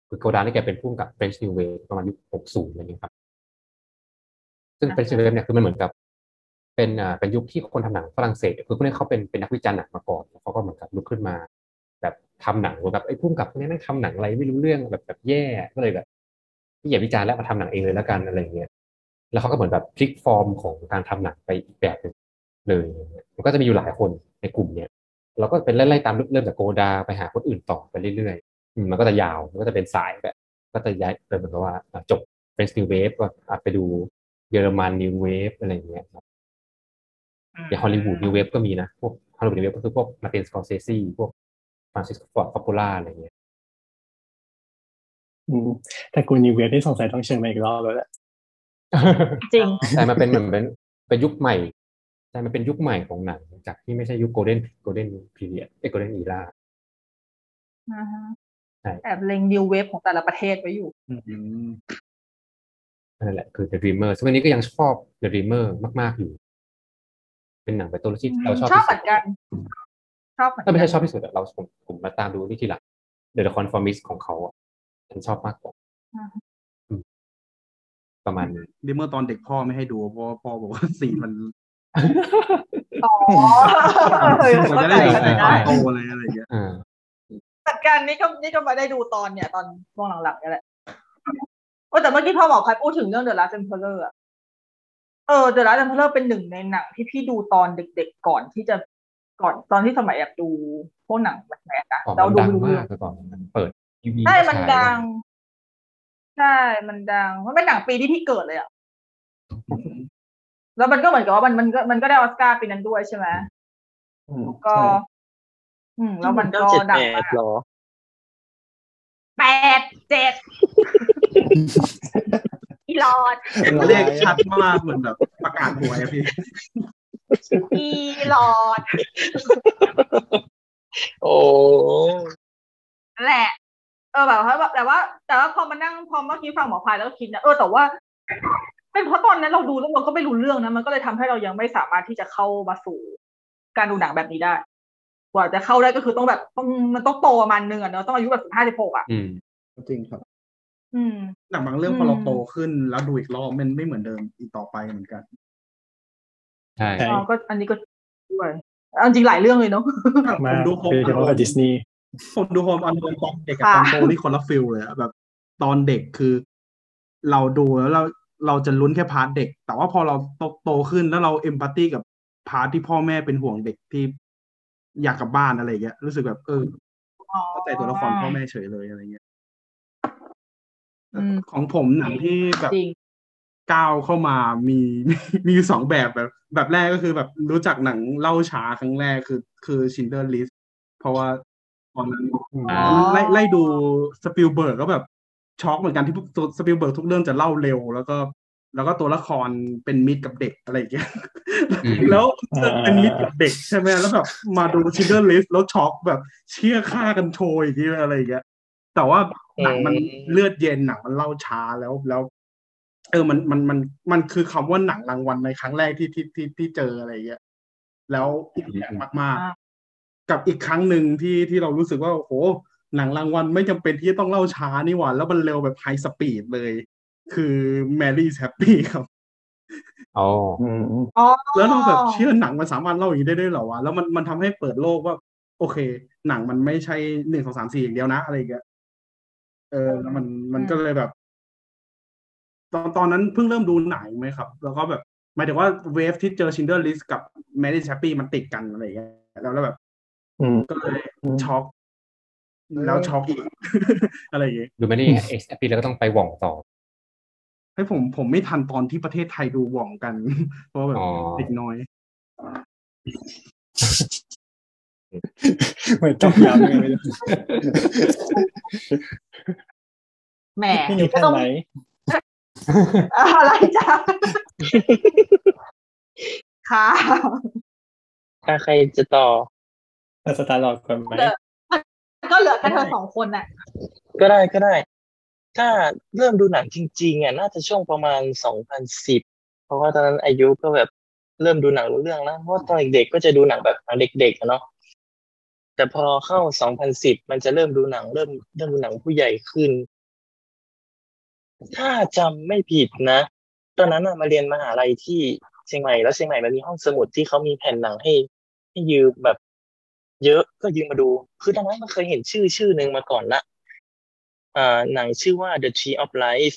S4: คือโกดาเนี่ยแกเป็นผู้กำกับ French New Wave ประมาณยุค60อะไรเงี้ยครับ ซึ่ง French New Wave เนี่ยคือมันเหมือนกับ เป็นอ่าเป็นยุคที่คนทำหนังฝรั่งเศสคือพวกนี้เขาเป็นเป็นนักวิจารณ์หนังมาก่อนแล้วเขาก็เหมือนกับลุกขึ้นมา แบบทำหนังแบบไอ้ผู้กำกับพวกนี้นั่งทำหนังอะไรไม่รู้เรื่องแบบแบบแย่ก็เลยแบบไม่อยากวิจารณ์แล้วมาทำหนังเองเลยแล้วกันอะไรอย่างเงี้ยแล้วเขาก็เหมือนแบบพลิกฟอร์มของการทำหนังไปอีกแบบหนึ่งเลยมันก็จะมีอยู่หลายคนในกลุ่มเนี่ย เราก็เป็นไล่ๆตามเริ่มจากโกดาไปหาคนอื่นต่อไปเรื่อยๆอืมมันก็จะยาวมันก็จะเป็นสายแบบ ก็จะย้ายเป็นเหมือนกับว่าอ่ะจบเป็นนิวเวฟก็อาจไปดูเยอรมันนิวเวฟอะไรอย่างเงี้ยครับอย่างฮอลลีวูดนิวเวฟก็มีนะพวกฮอลลีวูดนิวเวฟก็คือพวกมาร์ตินสกอร์เซซีพวกฟรานซิสฟอร์ดคอปโปล่าอะไรอย่างเงี้ย
S6: อืมแต่กูนิวเวฟที่สงสัยต้องเชิญมาอีกรอบแล้วแหละ
S3: จริง
S4: แต่มันเป็นเหมือนเป็นเป็นยุคใหม่ แต่มันเป็นยุคใหม่ของหนังจากที่ไม่ใช่ยุคโกลเด้นโกลเด้นพีเรียดเอ้โกลเด้นอีรา
S3: อ่าฮะ
S4: ใช่
S3: แอบเล็งนิวเวฟของแต่ละประเทศไว้อยู่
S7: อืม
S4: นั่นแหละคือ The Dreamer ซึ่งวันนี้ก็ยังชอบ The Dreamer มาก ๆ อยู่ เป็นหนังไปตัวที่เราชอบ
S3: ชอบเหมือ
S4: ที่สุด
S3: นกัน ชอบเหมือน
S4: เอ้ยไม่
S3: กั
S4: ใช่ชอบที่สุดอะเราผมผมมาตามดูที่ทีหลัง The Conformist ของเขาอะฉันชอบมากกว่าอืมประมาณนี้
S7: ดิเมื่อตอนเด็กพ่อไม่ให้ดูเพราะว่าพ่อบอกว่าสี มัน
S3: อ๋อเออ
S7: มัน
S3: เข้า
S7: จะ
S3: ใจ
S7: ได้ดู
S3: เข้าใจ
S7: ตอ
S3: ได้
S7: นโตเลยอะไรอย่างเงี้ย
S4: อ่า
S3: เหมือนกันนี่ก็นี่ก็มาได้ดูตอนเนี่ย ตอนช่วงหลังๆเนี่ยแหละโอ้แต่เมื่อกี้พอหมอพายพูดถึงเรื่องเดอะลาเซนเพลเลอร์เออเดอะลาเซนเพลเลอร์เป็นหนึ่งในหนังที่พี่ดูตอนเด็กๆก่อนที่จะก่อนตอนที่สมัยแอบดูพวกหนังแบทนะ
S4: ของ
S3: เรา
S4: มัน
S3: ดู
S4: ดัง
S3: ดู
S4: มากแต่ก่อนมันเปิดทีวี
S3: ใช่
S4: ก็
S3: มัน
S4: ฉาย
S3: ดัง ใช่ มันดังมันเป็นหนังปีที่พี่เกิดเลยอ่ะ แล้วมันก็เหมือนกับว่ามันมันก็มันก็ได้ออสการ์ปีนั้นด้วยใช่ไหม
S6: อืม
S3: ก็
S6: ใช่
S3: อืม แล้วมันก็
S5: เก้าเจ็ด
S3: ดั
S5: แป
S3: งมาก
S5: ดหรอ
S3: แปดเจ็ดอีหล อด
S7: เลขชัดมากเหมือนแบบประกาศหวยอะพี่
S3: อีหลอด
S5: โอ้
S3: นั่นแหละ เออแบบว่าแต่ว่า แต่ว่าพอมานั่งพอเมื่อกี้ฟังหมอพายแล้วก็คิดนะเออแต่ว่า ไป เป็นเพราะตอนนั้นเราดูแล้วเราก็ไม่รู้เรื่องนะมันก็เลยทำให้เรายังไม่สามารถที่จะเข้ามาสู่การดูหนังแบบนี้ได้ กว่าจะเข้าได้ก็คือต้องแบบต้องมันต้องโตประมาณนึงอะเนาะต้องอายุแบบสิบห้าสิบหกอะ
S4: อืม
S7: จริงครับ
S3: อืม
S7: หนังบางเรื่อง
S3: อืม
S7: พอเราโตขึ้นแล้วดูอีกรอบมันไม่เหมือนเดิมอีกต่อไปเหมือนกัน
S4: ใช่
S6: ใช่
S3: เราก็อันนี้ก็ด้วยเอาจริงหลายเรื่องเลยเนาะ
S6: มา
S7: ผมดูโฮ
S6: โดยเฉพาะกับดิสนีย์
S7: ผมดูโฮมออนเดนตอนเด็กกับตอนโตนี่คนละฟิลเลยอะแบบตอนเด็กคือ เราดูแล้วเราเราจะลุ้นแค่พาร์ทเด็ก แต่ว่าพอเราโตโตขึ้นแล้วเราเอมพัตตีกับพาร์ทที่พ่อแม่เป็นห่วงเด็กที่อยากกลับบ้านอะไรอย่างเงี้ยรู้สึกแบบเออ เข้าใจตัวละครพ่อแม่เฉยเลยอะไรเงี้ย
S3: อืม
S7: ของผมหนังที่แบบ
S3: จริง
S7: ก้าวเข้ามามี มีมีอยู่สองแบบแบบ แบบแรกก็คือแบบรู้จักหนังเล่าช้าครั้งแรกคือ คือชินเดอร์ลิสเพราะว่าตอนนั้น
S4: อ่า
S7: ไล่ไล่ดูสปิลเบิร์กก็แบบช็อกเหมือนกันที่พวกสปิลเบิร์กทุกเรื่องจะเล่าเร็ว แล้วก็ แล้วก็ตัวละครเป็นมิตรกับเด็กอะไรอย่างเงี้ย
S4: อืม
S7: แล้ว
S6: อ่า
S7: เป็นมิตรกับเด็กใช่ไหมแล้วแบบมาดูชินเดอร์ลิสแล้วช็อกแบบเชี่ยฆ่ากันโชยอย่างเงี้ยอะไรอย่างเงี้ย แต่ว่าหนังมัน
S5: อืม
S7: เลือดเย็นหนังมันเล่าช้าแล้วแล้ว เออมันมันมันมันคือคำว่าหนังรางวัลในครั้งแรกที่ที่ที่ที่เจออะไรอย่างเงี้ยแล้วอิมแพกมาก ๆ กับอีกครั้งหนึ่งที่ที่เรารู้สึกว่าโอ้โหหนังรางวัลไม่จำเป็นที่จะต้องเล่าช้านี่หว่าแล้วมันเร็วแบบไฮสปีดเลย คือแมรี่แฮปปี้ครับ
S4: อ๋อ
S6: อืม
S3: อ๋อ
S7: แล้วเราแบบเชื่อหนังมันสามารถเล่าอย่างนี้ได้ด้วยเหรอวะ แล้วมันมันทำให้เปิดโลกว่า โอเค หนังมันไม่ใช่หนึ่งสองสามสี่อย่างเดียวนะอะไรอย่างเงี้ยเออแล้วมันมัน
S3: อืม
S7: ก็เลยแบบ ตอนตอนนั้นเพิ่งเริ่มดูหนังไหมครับ แล้วก็แบบหมายถึงว่าเวฟที่เจอชินเดอร์ลิสกับแมรี่แฮปปี้มันติดกันอะไรอย่างเงี้ยแล้วแล้วแบบ
S6: อืม
S7: ก็เลย
S6: อืม
S7: ช็อกแล้วช็อกอี ก อะไรอย่างเงี้ย
S4: ดูไม่ได้เอ็กซ์แอปแล้วก็ต้องไปหว่องต่อ
S7: ให้ผมผมไม่ทันตอนที่ประเทศไทยดูหว่องกัน เพราะว่าแบบ
S4: อ๋อ
S7: เด็กน้อย
S6: เหมือนต้องย้ำไงไม่รู้
S3: แหม
S6: พี่นิว
S3: ก็
S6: แค่
S3: ต้อง
S6: ไหน
S3: อะไรจ้ะ ค่ะ
S5: ถ้าใครจะต่อ
S6: มาสตาร์ลอดก่อนไหม
S3: เออ ก็เหลือแค่เธอสองคนน่ะ
S5: ก็ได้ก็ได้ ถ้าเริ่มดูหนังจริงๆอ่ะน่าจะช่วงประมาณสองพันสิบเพราะว่าตอนนั้นอายุก็แบบเริ่มดูหนังรู้เรื่องแล้วเพราะว่าตอนเด็กๆก็จะดูหนังแบบหนังเด็กๆอะเนาะแต่พอเข้าสองพันสิบมันจะเริ่มดูหนังเริ่มเริ่มดูหนังผู้ใหญ่ขึ้น ถ้าจำไม่ผิดนะ ตอนนั้นน่ะมาเรียนมหาลัยที่เชียงใหม่แล้วเชียงใหม่มันมีห้องสมุดที่เขามีแผ่นหนังให้ ให้ยืมแบบ เยอะก็ยืมมาดู คือตอนนั้นมันเคยเห็นชื่อชื่อหนึ่งมาก่อนละ อ่าหนังชื่อว่า The Tree of Life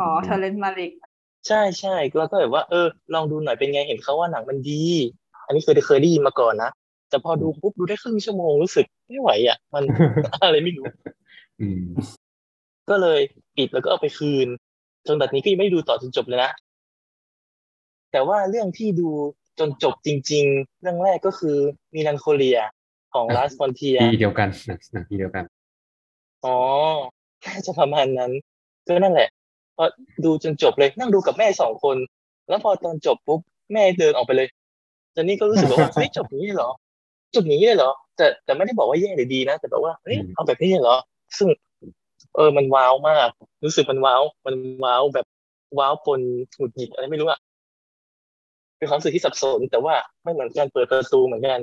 S3: อ๋อเธอเล่นมาริก
S5: ใช่ใช่แล้วก็แบบว่าเออ ลองดูหน่อยเป็นไงเห็นเขาว่าหนังมันดี อันนี้เคยเคยได้ยินมาก่อนนะ แต่พอดูปุ๊บดูได้ครึ่งชั่วโมงรู้สึกไม่ไหวอ่ะ มัน อะไรไม่รู้
S4: อืม
S5: ก็เลยปิดแล้วก็เอาไปคืน จนแบบนี้ก็ยังไม่ได้ดูต่อจนจบเลยนะ แต่ว่าเรื่องที่ดูจนจบจริง ๆ เรื่องแรกก็คือมีลันโคเลียของ Last Frontier
S4: ปีเดียวกันหนังหนังปีเดียวกัน
S5: อ๋อ น่าจะประมาณนั้นก็นั่นแหละพอดูจนจบเลยนั่งดูกับแม่สองคน แล้วพอตอนจบปุ๊บแม่เดินออกไปเลยตอนนี้ก็รู้สึก ว่า เฮ้ยจบอย่างนี้เหรอจบอย่างนี้เลยเหรอ แต่แต่ไม่ได้บอกว่าแย่หรือดีนะ แต่บอกว่าเฮ้ย
S4: อืม
S5: เอาแบบนี้เลยเหรอ ซึ่ง เออมันว้าวมาก รู้สึกมันว้าวมันว้าวแบบว้าวปนหงุดหงิดอะไรไม่รู้อะเป็นความรู้สึกที่สับสน แต่ว่าไม่เหมือนการเปิดประตูเหมือนกัน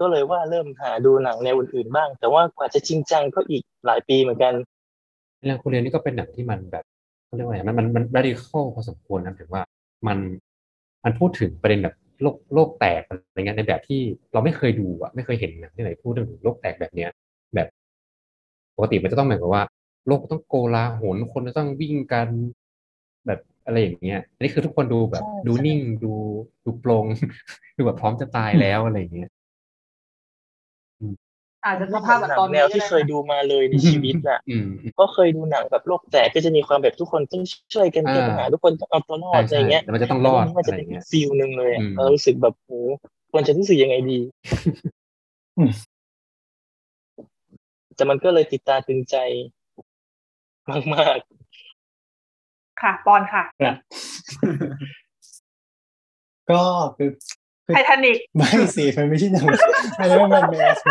S5: ก็เลยว่าเริ่มหาดูหนังแนวอื่นๆบ้าง แต่ว่ากว่าจะจริงจังก็อีกหลายปีเหมือนกัน
S4: แล้วคุณเรียนนี่ก็เป็นหนังที่มันแบบเขาเรียกว่าไงมันมันมันรดิคอลพอสมควรนะถึงว่ามันมันพูดถึงประเด็นแบบโลกโลกแตกอะไรเงี้ยในแบบที่เราไม่เคยดูอะไม่เคยเห็นหนังที่ไหนพูดถึงโลกแตกแบบเนี้ย แบบปกติมันจะต้องหมายความว่า โลกต้องโกลาหลคนจะต้องวิ่งกันแบบอะไรอย่างเงี้ยอันนี้คือทุกคนดูแบบ
S5: ใช่
S4: ดูนิ่งดูดูโปรง ดูแบบพร้อมจะตายแล้วอะไรอย่างเงี้ย
S3: อาจจะสภาพแบบตอน
S5: แน
S3: นี้
S5: ว
S3: ก็
S5: ที่
S3: ได้
S5: เคยดูมาเลยในชีวิตน่ะ
S4: อืมอืม
S5: ก็เคยดูหนังแบบโลกแตกก็จะมีความแบบทุกคนต้องช่วยกันแก้ปัญหาทุกคนต้องเอาตัวรอ
S4: ใช่
S5: ดอะไร
S4: ใช่
S5: เงี้ย
S4: แล้วมันจะต้องร
S5: แล้ว
S4: อ
S5: วั
S4: ด
S5: นนี้มัน
S4: อะ
S5: จะ
S4: ไร
S5: เป็น
S4: เงี้ย
S5: ฟิลหนึ่งเลยอะ
S4: อืม
S5: เรารู้สึกแบบโหควรจะรู้สึกยังไง ดี แต่มันก็เลยติดตาตึงใจ มาก
S3: ค่ะ ปอนค่ะ
S6: ก็คือ
S3: ไททานิก
S6: ไม่สิมันไม่ใช่หนัง ไม่ได้ว่ามันแมสไหม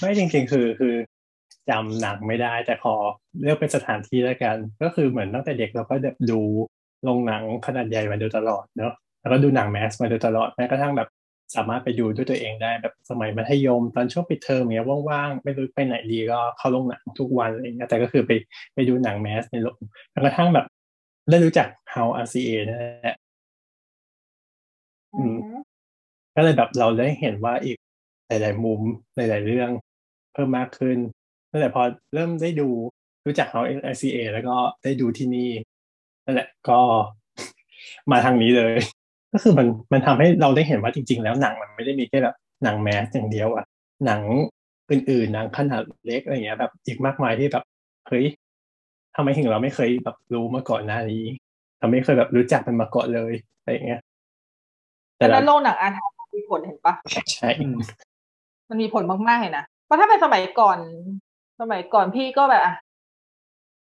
S6: ไม่จริงๆคือคือ จำหนังไม่ได้ แต่ขอเลือกเป็นสถานที่แล้วกัน ก็คือเหมือนตั้งแต่เด็กเราก็แบบดูโรงหนังขนาดใหญ่มาโดยตลอดเนาะแล้วก็ดูหนังแมสมาโดยตลอดแม้กระทั่งแบบสามารถไปดูด้วยตัวเองได้แบบสมัยมัธยม ตอนช่วงปิดเทอมเนี้ยว่างๆไม่รู้ไปไหนดีก็เข้าโรงหนังทุกวันอะไรเงี้ยแต่ก็คือไปไปดูหนังแมสในโรงแม้กระทั่งแบบได้รู้จัก How RCA นั่นแหละ อืม ก็เลยแบบเราได้เห็นว่าอีกหลาย ๆ มุมหลาย ๆ เรื่องเพิ่มมากขึ้นนั่นแหละพอเริ่มได้ดูรู้จัก How RCA แล้วก็ได้ดูที่นี่นั่นแหละก็ มาทางนี้เลย ก็คือมันมันทำให้เราได้เห็นว่าจริง ๆ แล้วหนังมันไม่ได้มีแค่แบบหนังแมสอย่างเดียวอะหนังอื่น ๆ หนังขนาดเล็กอะไรเงี้ยแบบอีกมากมายที่แบบเฮ้ยทำไมถึงเราไม่เคยแบบรู้มาก่อนหน้านี้เราไม่เคยแบบรู้จักมันมาก่อนเลยอะไรเงี้ยแต่
S3: แล้
S6: เรา
S3: วโรงหนังอาร์ตเฮาส์มีผลเห็นปะ
S6: ใช่
S3: มันมีผลมากๆเลยนะ เพราะถ้าเป็นสมัยก่อน สมัยก่อนพี่ก็แบบอ่ะ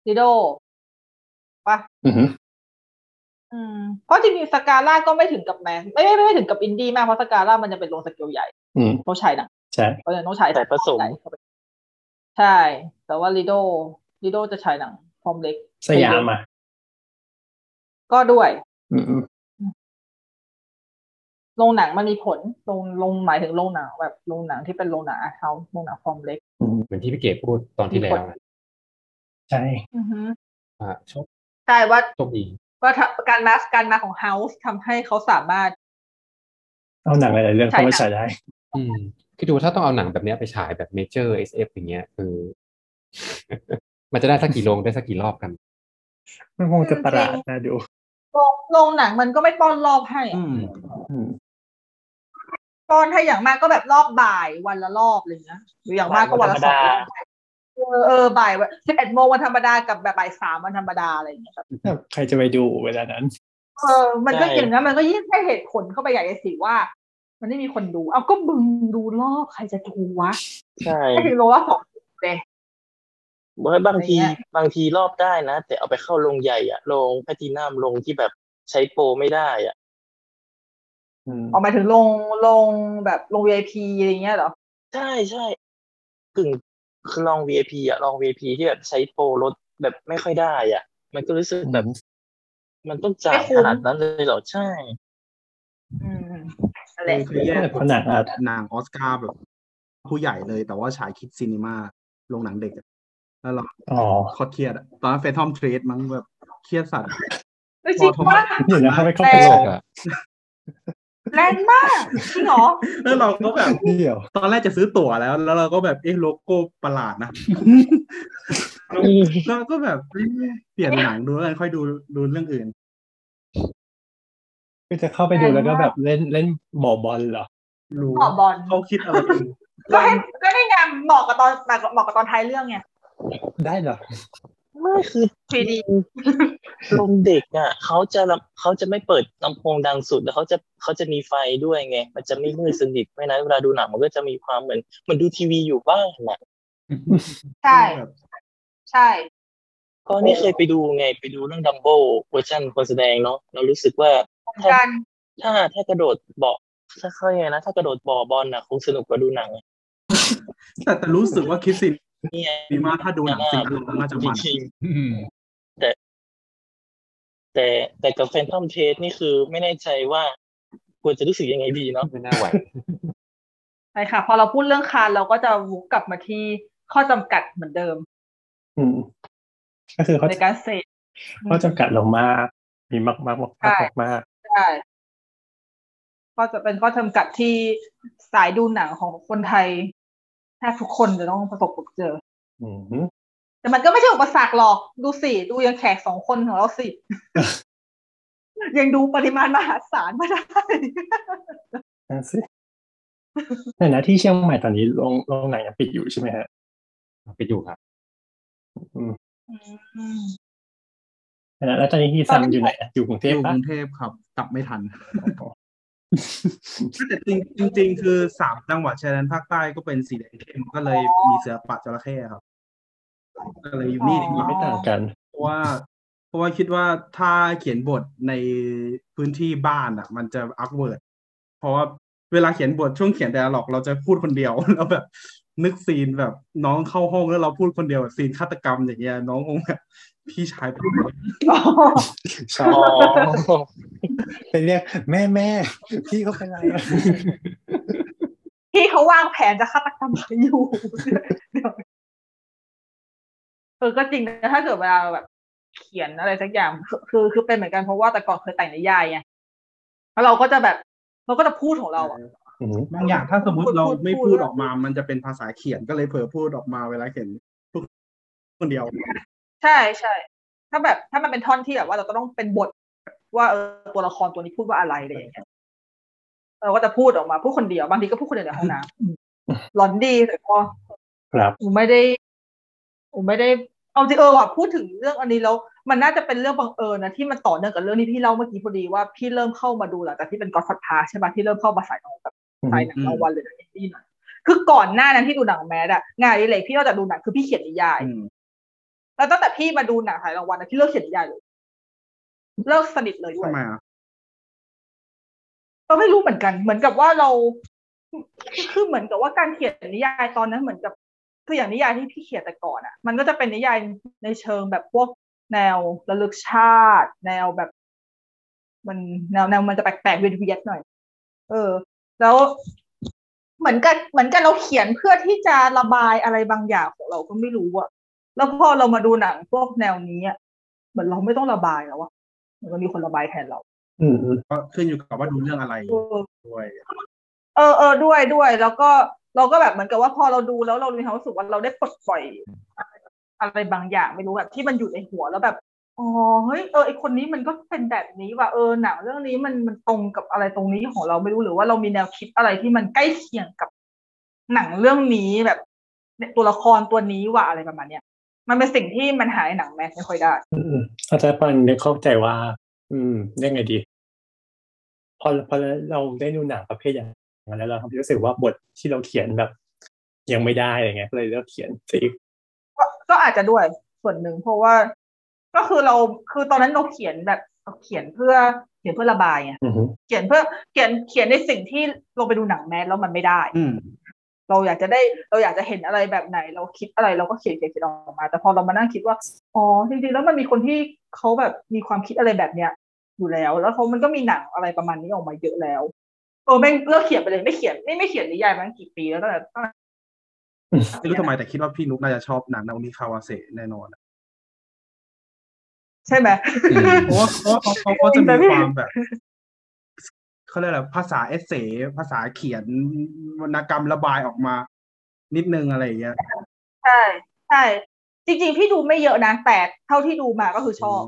S3: ดิโดปะ
S6: อือฮึ
S3: อืม เพราะจริงๆสกาล่าก็ไม่ถึงกับแมสไม่ไม่ไม่ถึงกับอินดี้มาก เพราะสกาล่ามันจะเป็นโรงสเกลใหญ่
S6: อืม
S3: ต้องใช้หนัง
S6: ใช่
S3: เพราะฉะนั้นต้องใช้
S5: แต่ผสม
S3: ใหญ่เข้าไปใช่ แต่ว่าลิโดลิโดจะใช้หนังฟอร์มเล็ก
S6: สยามอ่ะ
S3: ก็ด้วย
S6: อืมอืม
S3: โรงหนังมันมีผลโรงโรงหมายถึงโรงหนังแบบโรงหนังที่เป็นโรงหนังอาร์ตเฮาส์โรงหนังฟอร์มเล็ก
S6: อืม
S4: เหมือนที่พี่เก๋พูดตอนที่แล้วนะ
S6: ใช่
S3: อือฮึ
S4: อ่าโชค
S3: ใช่ว่า
S4: โชคดี
S3: ว่าถ้าการมาการมาของเฮาส์ทำให้เขาสามารถ
S6: เอาหนังหลายๆเรื่องเข้ามาฉายได้
S4: อืมคิดดูถ้าต้องเอาหนังแบบเนี้ยไปฉายแบบเมเจอร์เอสเอฟอย่างเงี้ยคือ มันจะได้สักกี่โรงได้สักกี่รอบกัน
S6: มันคงจะประหลาดนะดู
S3: โรงโรงหนังมันก็ไม่ป้อนรอบให้
S7: อืม
S6: อืม
S3: ป้อนให้อย่างมากก็แบบรอบบ่ายวันละรอบอะไรอย่างเงี้ยหรืออย่างมากก็วันละสองรอบเออเออบ่ายสิบเอ็ดโมงวันธรรมดากับแบบบ่ายสามวันธรรมดาอะไรอย่างเงี้ยครับ
S6: ใครจะไปดูเวลานั้น
S3: เออมันก็
S5: ใช่
S3: อย่างนั้นมันก็ยิ่งให้เหตุผลเข้าไปใหญ่เลยสิว่า มันไม่มีคนดู เอาก็บึงดูรอบใครจะดูวะ
S5: ใช่
S3: แค่ถึงโรงละสองเลย
S5: เว้ยบางที
S3: อะไรเงี้ย
S5: บางทีรอบได้นะ แต่เอาไปเข้าโรงใหญ่อะโรงแพลตินัมโรงที่แบบใช้โปรไม่ได้อะ
S6: อืม
S3: ออกมายถึงลงลงแบบลง VIP อะไรเงี้ยเหรอ
S5: ใช่ใช่กึ่งคือลอง VIP อะลอง VIP ที่แบบใช้โปรลดแบบไม่ค่อยได้อะมันก็รู้สึกแบบ มันต้องจ่ายขนาดนั้นเลยเหรอใช่
S3: อืมอะไร
S7: คือแยก
S6: เพราะหนังอาจ
S7: หนังออสการ์แบบ ผู้ใหญ่เลยแต่ว่าฉายคิดซีนีมาโรงหนังเด็กอะแล้วเรา
S6: อ๋อ
S7: โคตรเครียดอะตอนนั้นเฟทอมเทรดมั้งแบบเครียดสัตว์
S3: เฮ้ยจริงว่า
S6: เดี๋ยวนะเขาไปเข้าไป
S4: โล
S6: โล
S4: ก
S6: ก
S4: อะ
S3: แรงมากจริงเหรอ
S7: แล้วเราก็แบบ
S6: เดี๋ยว
S7: ตอนแรกจะซื้อตั๋วแล้ว แล้วเราก็แบบเอ๊ะโลโก้ประหลาดนะ เราก็แบบเอ๊ะเปลี่ยนหนังดูแล้วกันค่อยดูดูเรื่องอื่น
S6: ก็จะเข้าไปดูแล้วก็แบบเล่นเล่นบ่อบอลเหรอ
S7: รู้
S3: บ่อบอล
S7: เขาคิดอะไรกัน
S3: ก็ให้ก็ได้ไงเหมาะกับตอนเหมาะกับตอนท้ายเรื่องไง
S6: ได้เหรอ
S5: ไม่คือ
S3: 3D
S5: โรงเด็กอ่ะเขาจะลำเขาจะไม่เปิดลำโพงดังสุดแล้วเขาจะเขาจะมีไฟด้วยไง มันจะไม่มืดสนิทไม่นั้นเวลาดูหนังมันก็จะมีความเหมือนเหมันดูทีวีอยู่บ้านอ่ะ
S3: ใช่
S7: แบบ
S3: ใช่
S5: ก็นี่เคยไปดูไงไปดูเรื่องดัมโบเวอร์ชันคนแสดงเนาะเรารู้สึกว่า
S3: เหมือนกัน
S5: ถ้าถ้ากระโดดเบาะถ้าเข้าใจนะ ถ้ากระโดดบ่อบอลน่ะคงสนุกกว่าดูหนังอะ
S7: แต่แต่รู้สึกว่าคิดซี
S5: เนี่ย
S7: นีมาถ้าดูหนังซีนีมาน่าจะมัน
S5: จริงๆ
S4: อืม
S5: แต่แต่กับแฟนทอมเทสนี่คือไม่แน่ใจว่าควรจะรู้สึกยังไงดีเนาะ
S4: ไม่น่าไหว
S3: ใช่ค่ะ พอเราพูดเรื่องคานเราก็จะวกกลับมาที่ข้อจำกัดเหมือนเดิม
S6: อืม ก็คือเขา
S3: ในการเสพ
S6: เขาจำกัดเรามาก มีมากมากมากมากมากมาก
S3: ใช่ก็จะเป็นข้อจำกัดที่สายดูหนังของคนไทยแทบทุกคนจะต้องประสบพบเจอ
S6: อืม
S3: แต่มันก็ไม่ใช่อุปสรรคหรอก ดูสิ ดูยังแขกสองคนของเราสิ ยังดูปริมาณมหาศาลไม่ได้
S6: นั่นสิแต่นะที่เชียงใหม่ตอนนี้โรงโรงหนังยังปิดอยู่ใช่ไหมฮะ
S4: ไปอยู่ครับ
S6: อืม
S3: อืม
S6: แล้วแล้วตอนนี้ที่ซังอยู่ไหนอะอยู่กรุงเท
S7: อ
S6: พ
S7: ยู่ก
S6: ปะ
S7: รุงเทพครับ กลับไม่ทัน แต่จริงจริง ๆ คือสามจังหวัดชายแดนภาคใต้ก็เป็นสีแดงเข้มก็เลยมีเสือป่าจระเข้ครับ ก็เลยอยู่นี่ดีกว่า
S6: ไม่ต่างกัน
S7: เพราะว่าเพราะว่าคิดว่าถ้าเขียนบทในพื้นที่บ้านอ่ะ มันจะอักเวิร์ดเพราะว่าเวลาเขียนบทช่วงเขียน dialog เราจะพูดคนเดียว แล้วแบบ นึกซีนแบบน้องเข้าห้องแล้วเราพูดคนเดียวแบบซีนฆาตกรรมอย่างเงี้ยน้องคงแบบพี่ชายเป็นคน
S3: อ๋อ
S6: ชอ
S5: อ๋อบ
S6: ไปเรียกแม่แม่พี่เขาเป็นอะไรอะ
S3: ที่เขาวางแผนจะฆาตกรรมใครอยู่ เดี๋ยวเออก็จริงนะถ้าเกิดเวลาแบบ เขียนอะไรสักอย่างคือคือคือเป็นเหมือนกันเพราะว่าแต่ก่อนเคยแต่งนิยายไงแล้วเราก็จะแบบเราก็จะพูดของเราอะ
S7: บางอย่างถ้าสมมติ
S3: พูด
S7: เรา
S3: พูด
S7: ไม่
S3: พูด
S7: พูด
S3: แล้ว
S7: ออกมา มันจะเป็นภาษาเขียนก็เลยเผลอพูดออกมาเวลาเขียนพูดคนเดียว
S3: ใช่ใช่ ถ้าแบบถ้ามันเป็นท่อนที่แบบว่าเราต้องเป็นบท ว่าเออตัวละครตัวนี้พูดว่าอะไรอะไรอย่างเงี้ยเราก็จะพูดออกมาพูดคนเดียวบางทีก็พูดคนเดียวในห้องน้ำหลอนดีแต่ก็
S6: ครับ
S3: อูไม่ได้อูไม่ได้ เอาจริงเออว่ะพูดถึงเรื่องอันนี้แล้วมันน่าจะเป็นเรื่องบังเอิญนะที่มันต่อเนื่องกับเรื่องที่พี่เล่าเมื่อกี้พอดีว่าพี่เริ่มเข้ามาดูหลังจากที่เป็นกอดฟัดพาใช่ปะที่เริ่มเข้ามาสายหนังแบบสายหนังรางวัลหรือหนังอินดี้หน่อยคือก่อนหน้านั้นที่ดูหนังแมสอะงานอดิเรกพี่นอกจากดูหนังคือพี่เขียนนิยาย
S7: อืม
S3: แล้วตั้งแต่พี่มาดูหนังหายรางวัลนะพี่เลิกเขียนนิยายเลย เลิกสนิทเลยด้วย
S7: ทำไมอ่ะ
S3: ก็ไม่รู้เหมือนกัน เหมือนกับว่าเราคือเหมือนกับว่าการเขียนนิยายตอนนั้นเหมือนกับคืออย่างนิยายที่พี่เขียนแต่ก่อนอ่ะ มันก็จะเป็นนิยายในเชิงแบบพวกแนวระลึกชาติ แนวแบบ มันแนวแนวมันจะแปลกๆเวียดเวียดๆหน่อย เออ แล้วเหมือนกันเหมือนกันเราเขียนเพื่อที่จะระบายอะไรบางอย่างของเราก็ไม่รู้อะแล้วพอเรามาดูหนังพวกแนวนี้อะเหมือนเราไม่ต้องระบายแล้วอะเหมือนมันมีคนระบายแทนเรา
S6: อืมอืม
S7: ก็ขึ้นอยู่กับว่าดูเรื่องอะไร
S3: เออ
S7: ด้วย
S3: เออเออด้วยด้วย แล้วก็เราก็แบบเหมือนกับว่าพอเราดูแล้วเรามีความรู้สึกว่าเราได้ปลดปล่อย อะไรบางอย่างไม่รู้แบบที่มันอยู่ในหัวแล้วแบบอ๋อเฮ้ยเออไอคนนี้มันก็เป็นแบบนี้ว่ะเออหนังเรื่องนี้มันมันตรงกับอะไรตรงนี้ของเราไม่รู้หรือว่าเรามีแนวคิดอะไรที่มันใกล้เคียงกับหนังเรื่องนี้แบบเนี่ยตัวละครตัวนี้ว่ะอะไรประมาณเนี้ยมันเป็นสิ่งที่มันหายหนังแมสไม่ค่อยได้
S6: อืมอืมอาจารย์ปันนึกเข้าใจว่า อืมได้ไงดี พอพอเราได้ดูหนังประเภทอย่างนั้นแล้วเราทำให้รู้สึกว่าบทที่เราเขียนแบบ ยังไม่ได้อะไรเงี้ยก็เลยเลือกเขียนสิ
S3: ก็ก็อาจจะด้วยส่วนหนึ่งเพราะว่าก็คือเราคือตอนนั้นเราเขียนแบบเราเขียนเพื่อเขียนเพื่อระบายไง
S6: อือฮึ
S3: เขียนเพื่อเขียนเขียนในสิ่งที่เราไปดูหนังแมสแล้วมันไม่ได้
S7: อืม
S3: เราอยากจะได้เราอยากจะเห็นอะไรแบบไหน เราคิดอะไรเราก็เขียนเขียนเขียนออกมา แต่พอเรามานั่งคิดว่าอ๋อจริงๆแล้วมันมีคนที่เขาแบบมีความคิดอะไรแบบเนี้ยอยู่แล้ว แล้วเขามันก็มีหนังอะไรประมาณนี้ออกมาเยอะแล้วเออแม่งเลิกเขียนไปเลยไม่เขียนไม่ไม่เขียนนิยายมาตั้งกี่ปีแล้วตั้งแต่ตั้งแต่
S7: ไม่รู้ทำไมแต่คิดว่าพี่นุ๊กน่าจะชอบหนังนาโอมิคาวาเซะแน่นอนอะ
S3: ใช่ไหม
S4: อืม
S7: เพราะว่าเพราะว่าเขาเขาก็จะมีความแบบเขาเรียกอะไรภาษาเอเซภาษาเขียนวรรณกรรมระบายออกมา นิดนึงอะไรอย่างเงี้ย
S3: ใช่ใช่ จริงๆ พี่ดูไม่เยอะนะ แต่เท่าที่ดูมาก็คือชอบ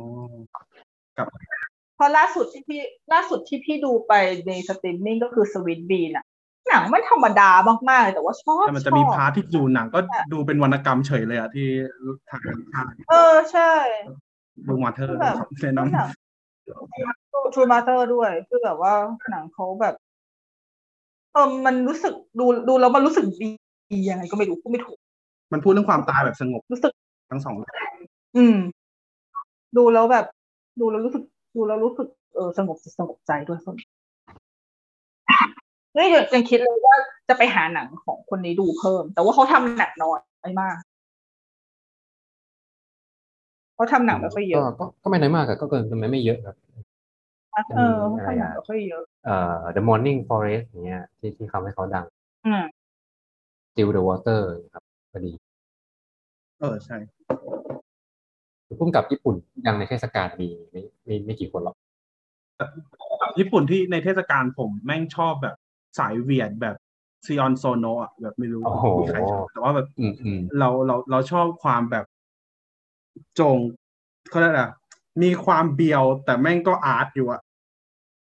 S3: เพราะล่าสุดที่พี่ล่าสุดที่พี่ดูไปในสตรีมมิ่งก็คือสวิตบีน่ะ หนังมันธรรมดามากๆเลยแต่ว่าชอบ
S7: แต่มันจะมี
S3: ชอบ
S7: พาร์ทที่ดูหนังก็ดูเป็นวรรณกรรมเฉยเลยอะที่ทางทาง
S3: เออใช่
S7: ดูมาเธอร์แนะ
S3: ก็
S7: นำ
S3: หนังทูมาเตอร์ด้วยคือแบบว่าหนังเขาแบบ เออมันรู้สึกดูดูแล้วมันรู้สึกดียังไงก็ไม่รู้พูดไม่ถูก
S7: มันพูดเรื่องความตายแบบสงบ
S3: รู้สึก
S7: ทั้งสองเรื่อง
S3: อืม ดูแล้วแบบ ดูแล้วรู้สึก ดูแล้วรู้สึกเออสงบสงบใจด้วยส่วนนี่หยุดยังคิดเลยว่าจะไปหาหนังของคนนี้ดูเพิ่ม แต่ว่าเขาทำหนังน้อยมากเขาทำหนังไม่ค่อยเย
S4: ก็
S3: อะ
S4: ก็ก็ไม่น้อยมากอะก็เกินไม่ไม่เยอะครับ
S3: เออเขาทำหนังไม่ค่อยเยอะ
S4: เอ่อ The Morning Forest อย่างเงี้ยที่ที่ทำให้เขาดัง
S3: อืม
S4: Still the Water ครับพอดี
S7: เออใช่
S4: คือพุ่มกับญี่ปุ่นดังในเทศกาลมีไม่ไม่ไม่กี่คนหรอก
S7: ญี่ปุ่นที่ในเทศกาลผมแม่งชอบแบบสายเวียดแบบซีออนโซโนอ่ะแบบไม่รู้
S4: โอ้โห
S7: มีใครชอบแต่ว่าแบบ
S4: อืมอืม
S7: เราเราเราชอบความแบบจงเขาเรียกอะไรอะมีความเบียวแต่แม่งก็อาร์ตอยู่อะ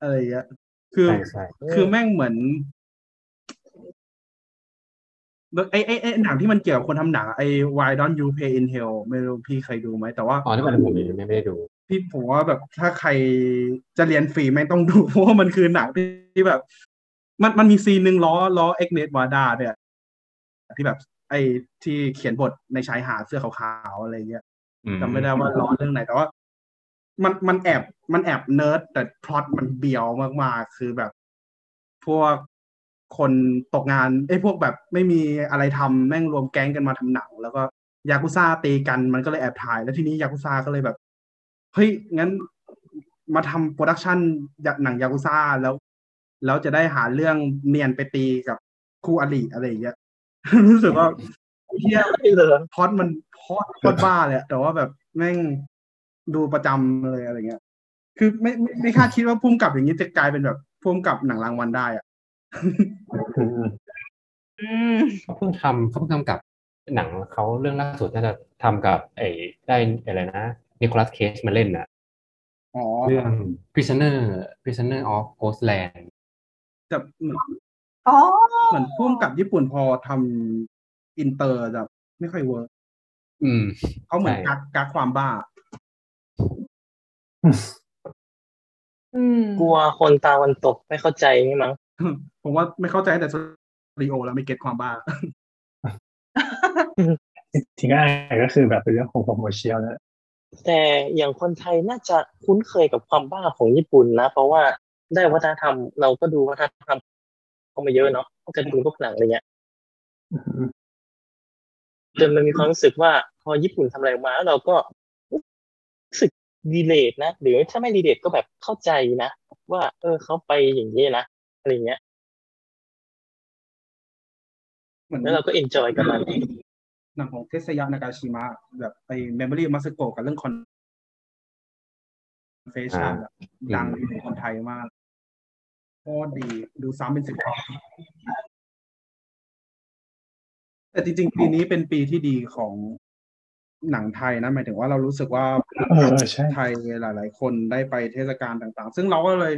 S7: อะไรอย่างเงี้ยคือ
S4: ใช่ใช่
S7: คือแม่งเหมือนไอ้ไอ้ไอ้หนังที่มันเกี่ยวกับคนทำหนังอะไอ้ Why Don't You Pay in Hell ไม่รู้พี่เคยดูไหมแต่ว่า
S4: อ๋อนี่มันผมยังไม่ไม่ได้ดู
S7: พี่ผมว่าแบบถ้าใครจะเรียนฟรีไม่ต้องดู เพราะว่ามันคือหนังที่ที่แบบ มันมันมีซีนหนึ่งล้อล้อเอ็กเนสวาดาเนี่ยที่แบบไอ้ที่เขียนบทในชายหาดเสื้อขาวๆอะไรเงี้ย
S4: อืม
S7: จำไม่ได้ว่าล้อเรื่องไหนแต่ว่า มันมันแอบมันแอบเนิร์ดแต่พล็อตมันเบียวมากๆ คือแบบ พวก คนตกงานไอ้ยพวกแบบไม่มีอะไรทำแม่งรวมแก๊งกันมาทำหนัง แล้วก็ยากุซ่าตีกันมันก็เลยแอบถ่าย แล้วทีนี้ยากุซ่าก็เลยแบบเฮ้ยงั้นมาทำโปรดักชันหนังยากุซ่าแล้วแล้วจะได้หาเรื่องเนียนไปตีกับคู่อริอะไรอย่างเงี้ย รู้สึกว่าไอ้เฮีย
S5: ไม่เลย
S7: พล็อดมันพล็อดโคตรบ้าเลยอะแต่ว่าแบบแม่งดูประจำเลยอะไรเงี้ย คือไม่ไม่ไม่คาดคิดว่าพุ่มกับอย่างนี้จะกลายเป็นแบบพุ่มกับหนังรางวัลได้อะ
S6: อืม
S3: อืม
S4: เขาเพิ่งทำเขาเพิ่งทำกับหนังเขาเรื่องล่าสุดน่าจะทำกับไอ้ได้อะไรนะนิโคลัสเคสมาเล่นนะ
S7: อ๋อ
S4: เรื่อง Prisoner Prisoner of Ghostland
S7: แต่เหมือน
S3: อ๋อ
S7: เหมือนพุ่มกับญี่ปุ่นพอทำอินเตอร์แบบไม่ค่อยเวิร์ก
S4: อืม
S7: เขาเหมือน
S4: ใช่
S7: กักกักความบ้า
S3: อืม
S5: กลัวคนตาวันตกไม่เข้าใจนี่มั้ง
S7: ผมว่าไม่เข้าใจแต่สตูดิโอแล้วไม่เก็ตความ บ้า
S6: จริงๆก็อ่านก็คือแบบเป็นเรื่องของโปรโมชั่นนะ
S5: แต่อย่างคนไทยน่าจะคุ้นเคยกับความบ้าของญี่ปุ่นนะ เพราะว่าได้วัฒนธรรมเราก็ดูวัฒนธรรมเข้ามาเยอะเนาะก็จะดูพวกหนังอะไรเงี้ยจนมันมีความรู้สึกว่าพอญี่ปุ่นทำอะไรออกมาแล้วเราก็รู้สึกดีเลทนะ หรือถ้าไม่ดีเลทก็แบบเข้าใจนะ ว่า เออเขาไปอย่างนี้นะอะไรเงี้ย
S7: เหมือน
S5: แล้วเราก็เอนจอยกับมัน
S7: หนังของเทสยานากาชิมะแบบไอ้เมมโมรี่มาสโกกับเรื่องคอนเฟชั่น
S4: อ่า
S7: ดังในคนไทยมากโคตรดีดูซ้ำเป็นสิบรอบแต่จริงๆ ปีนี้เป็นปีที่ดีของหนังไทยนะ หมายถึงว่าเรารู้สึกว่า
S6: เออใช่
S7: ไทยหลาย ๆ คนได้ไปเทศกาลต่างๆ ซึ่งเราก็เลย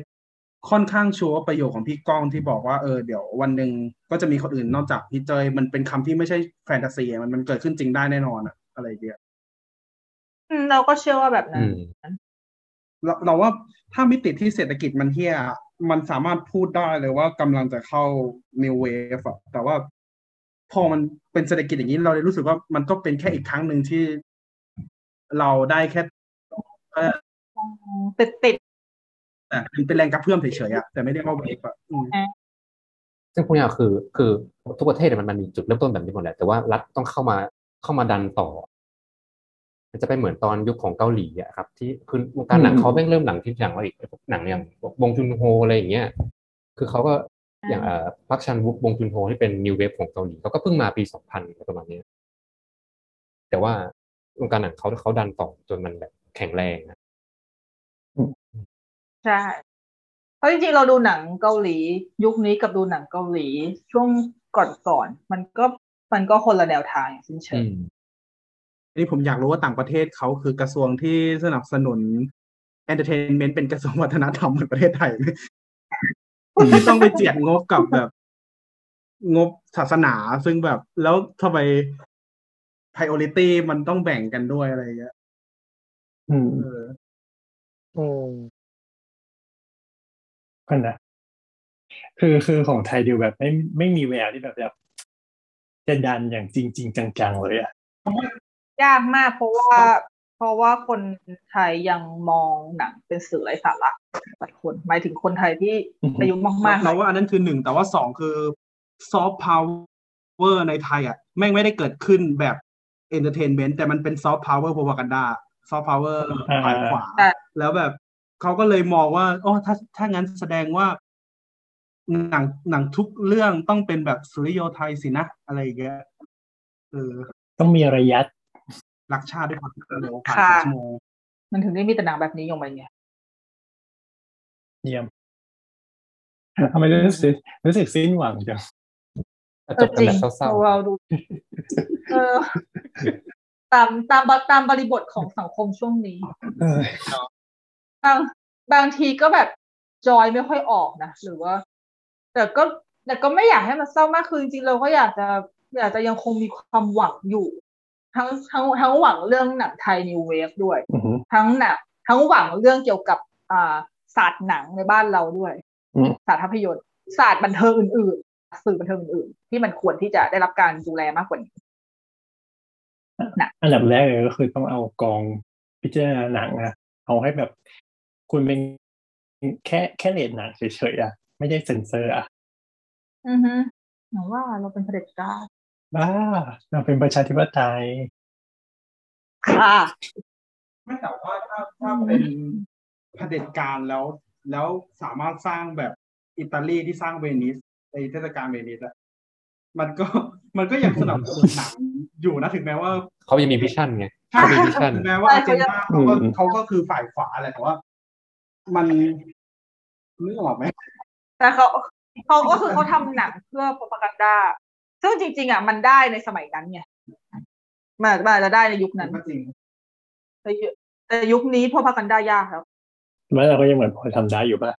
S7: ค่อนข้างชัวร์ว่าประโยคของพี่ก้องที่บอกว่าเออเดี๋ยววันหนึ่งก็จะมีคนอื่นนอกจากพี่เจยมันเป็นคำที่ไม่ใช่แฟนตาซีอะมันมันเกิดขึ้นจริงได้แน่นอนอะอะไรอย่างเงี้ย
S3: อืมเราก็เชื่อว่าแบบนั้
S4: อื
S3: น
S4: ม
S7: เราเราว่าถ้ามิติที่เศรษฐกิจมันเฮี้ย มันสามารถพูดได้เลยว่ากำลังจะเข้า new wave อะแต่ว่าพอมันเป็นเศรษฐกิจอย่างนี้ เราเลยรู้สึกว่ามันก็เป็นแค่อีกครั้งหนึ่งที่เราได้แค่
S3: ติดติด
S7: แต่เป็นแรงกระเพื่อมเฉยๆอะแต่ไม่ได้ว่า wave อะอืม
S4: ซึ่งพวกเนี้ยคือคือทุกประเทศเนี่ยมันมันมีจุดเริ่มต้นแบบนี้หมดแหละแต่ว่ารัฐต้องเข้ามาเข้ามาดันต่อ มันจะไปเหมือนตอนยุคของเกาหลีอะครับ ที่คือวงการหนัง
S6: อืม
S4: เขาแม่งเริ่มหนังที่อย่างว่าอีกหนังอย่างบงจุนโฮอะไรอย่างเงี้ยคือเขาก็
S3: ๆ
S4: อย่างเอ่อพักชันวุกบงจุนโฮที่เป็นนิวเวฟของเกาหลีเขาก็เพิ่งมาปีสองพันประมาณเนี้ยแต่ว่าวงการหนังเขาเขาดันต่อจนมันแบบแข็งแรงนะ
S3: ใช่เพราะจริงๆเราดูหนังเกาหลี ยุคนี้กับดูหนังเกาหลี ช่วงก่อนๆมันก็มันก็คนละแนวทางอย่างสิ้นเชิง
S7: อันนี่ผมอยากรู้ว่าต่างประเทศเขาคือกระทรวงที่สนับสนุน entertainment เป็นกระทรวงวัฒนธรรมเหมือนประเทศไทยไหม ที่ต้องไปเจียดงบกับแบบ งบศาสนาซึ่งแบบแล้วทำไม priority มันต้องแบ่งกันด้วยอะไรอย่างเงี้ย
S6: อืม
S7: เออ
S5: อืม
S6: ก็นะคือคือของไทยดูแบบไม่ไม่มีแววที่แบบแบบจะดันอย่างจริงจริงๆจังๆเลยอ่ะ
S3: ยากมากเพราะว่า เพราะว่าคนไทยยังมองหนังเป็นสื่อไร้สาระหลายคนหมายถึงคนไทยที่
S6: อือฮึ
S3: อายุมากๆ
S7: เราว่าอันนั้นคือหนึ่งแต่ว่าสองคือซอฟต์พาวเวอร์ในไทยอ่ะแม่งไม่ได้เกิดขึ้นแบบเอนเตอร์เทนเมนต์แต่มันเป็นซอฟต์พาวเวอร์พ a กันดาซอฟต์พาวเวอร์ฝ่ายขวา แล้วแบบเขาก็เลยมองว่าอ๋อถ้าถ้างั้นแสดงว่า หนังหนังทุกเรื่องต้องเป็นแบบสุริโยไทยสินะ อะไรอย่างเงี้ยเออ
S6: ต้องมีระยะ
S7: รักชาติด้วยความเร็วผ่านสองชั่วโมง
S3: มันถึงได้มีแต่หนังแบบนี้ออกมาไง
S6: เยี่ยมทำไมรู้สึกรู้สึกสิ้นหวังจัง
S4: จบกันแบบเศร้า
S3: เราดูเออตามตามบตามบริบทของสังคมช่วงนี้
S6: เออบ
S3: างบางทีก็แบบจอยไม่ค่อยออกนะหรือว่า แต่ก็แต่ก็ไม่อยากให้มันเศร้ามากคือจริงๆเราก็อยากจะอยากจะยังคงมีความหวังอยู่ ทั้งทั้งทั้งหวังเรื่องหนังไทยนิวเวฟด้วย
S6: อือหือ
S3: ทั้งหนังทั้งหวังเรื่องเกี่ยวกับอ่าศาสตร์หนังในบ้านเราด้วย
S6: อืม
S3: ศาสตร์ภาพยนตร์ศาสตร์บันเทิงอื่นๆ สื่อบันเทิงอื่นๆ ที่มันควรที่จะได้รับการดูแลมากกว่านี้
S6: อันดับแรกเลยก็คือต้องเอากองพิจารณาหนังอะเอาให้แบบคุณเป็นแค่แค่เลดหนังเฉยๆอะไม่ได้เซ็นเซอร์อะ
S3: อือฮึหนูว่าเราเป็นเผด็จการ
S6: บ้า เราเป็นประชาธิปไตย
S3: ค่ะ
S7: ไม่แต่ว่าถ้าถ้าเป็นเผด็จการแล้ว แล้วสามารถสร้างแบบอิตาลีที่สร้างเวนิสในเทศกาลเวนิสอะมันก็มันก็ยังสนับสนุนหนังอยู่นะถึงแม้ว่า
S4: เขายังมีวิชั่นไง
S7: ถ้า
S4: เขามีวิชั่น
S7: ถึงแม้ว่า
S3: ใช่
S7: อาร์เจนตาเขาก็
S6: อืม
S7: เขาก็คือฝ่ายขวาแหละแต่ว่า มันนึกออกไหม
S3: แต่เขาเขาก็คือเขาทำหนังเพื่อ propaganda ซึ่งจริง ๆอ่ะมันได้ในสมัยนั้นไงมันมันอาจจะได้ในยุคนั้น
S7: ก็จริง
S3: แต่ยุแต่ยุคนี้ propaganda ยากแล้ว
S6: แล้วเราก็ยังเหมือนพอทำได้อยู่ป่ะ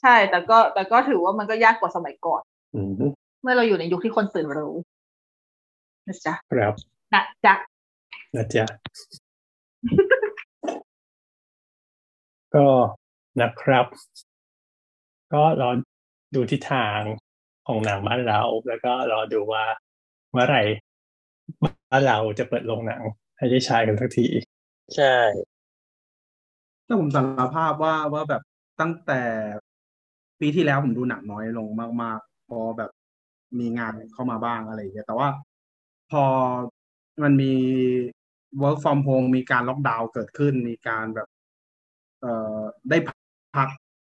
S3: ใช่ แต่ก็แต่ก็ถือว่ามันก็ยากกว่าสมัยก่อน
S6: อืม
S3: เมื่อเราอยู่ในยุคที่คนตื่นรู้นะจ๊ะ
S6: ครับ
S3: นะจ๊ะ
S6: นะ จ๊ะ ก็นะครับ ก็รอดูทิศทางของหนังบ้านเรา แล้วก็รอดูว่าเมื่อไหร่บ้านเราจะเปิดโรงหนัง ให้ได้ใช้กันสักที
S5: ใช่
S7: ถ้าผมสารภาพว่าว่าแบบตั้งแต่ปีที่แล้วผมดูหนังน้อยลงมาก ๆ พอแบบมีงานเข้ามาบ้างอะไรอย่างเงี้ยแต่ว่าพอมันมี work from home มีการล็อกดาวน์เกิดขึ้น มีการแบบ เอ่อได้พัก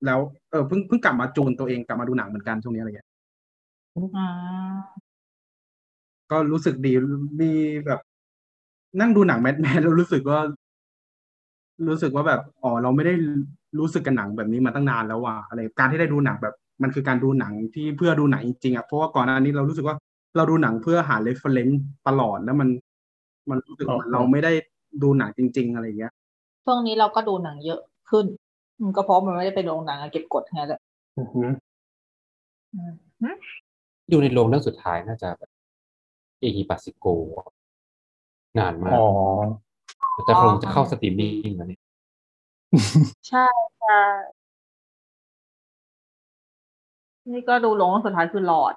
S7: แล้วเออเพิ่งเพิ่งกลับมาจูนตัวเองกลับมาดูหนังเหมือนกันช่วงนี้อะไรเงี้ย
S3: อ่า
S7: ก็รู้สึกดีมีแบบ นั่งดูหนังแมดแมนแล้วรู้สึกว่า รู้สึกว่าแบบอ๋อเราไม่ได้รู้สึกกับหนังแบบนี้มาตั้งนานแล้วว่ะอะไรการที่ได้ดูหนังแบบ มันคือการดูหนังที่เพื่อดูหนังจริงๆอ่ะเพราะว่าก่อนหน้านี้เรารู้สึกว่าเราดูหนังเพื่อหาเรฟเฟรนซ์ตลอดแล้วมัน มันรู้สึกเหมือนเราไม่ได้ดูหนังจริง ๆ อะไรอย่างเงี้ย
S3: ช่วงนี้เราก็ดูหนังเยอะขึ้นอืมก็เพราะมันไม่ได้ไปโรงหนังอะเก็บกดไงแหละ
S6: อือฮึ
S3: อืม
S4: ดูในโรงเรื่องสุดท้ายน่าจะแบบเอฮิปัสสิโกนานมาก
S6: อ๋อ
S4: แต่คงจะเข้าสตรีมมิ่งแล้วเนี่ย
S3: ใช่ใช่นี่ก็ดูลงสุดท้ายคือหลอด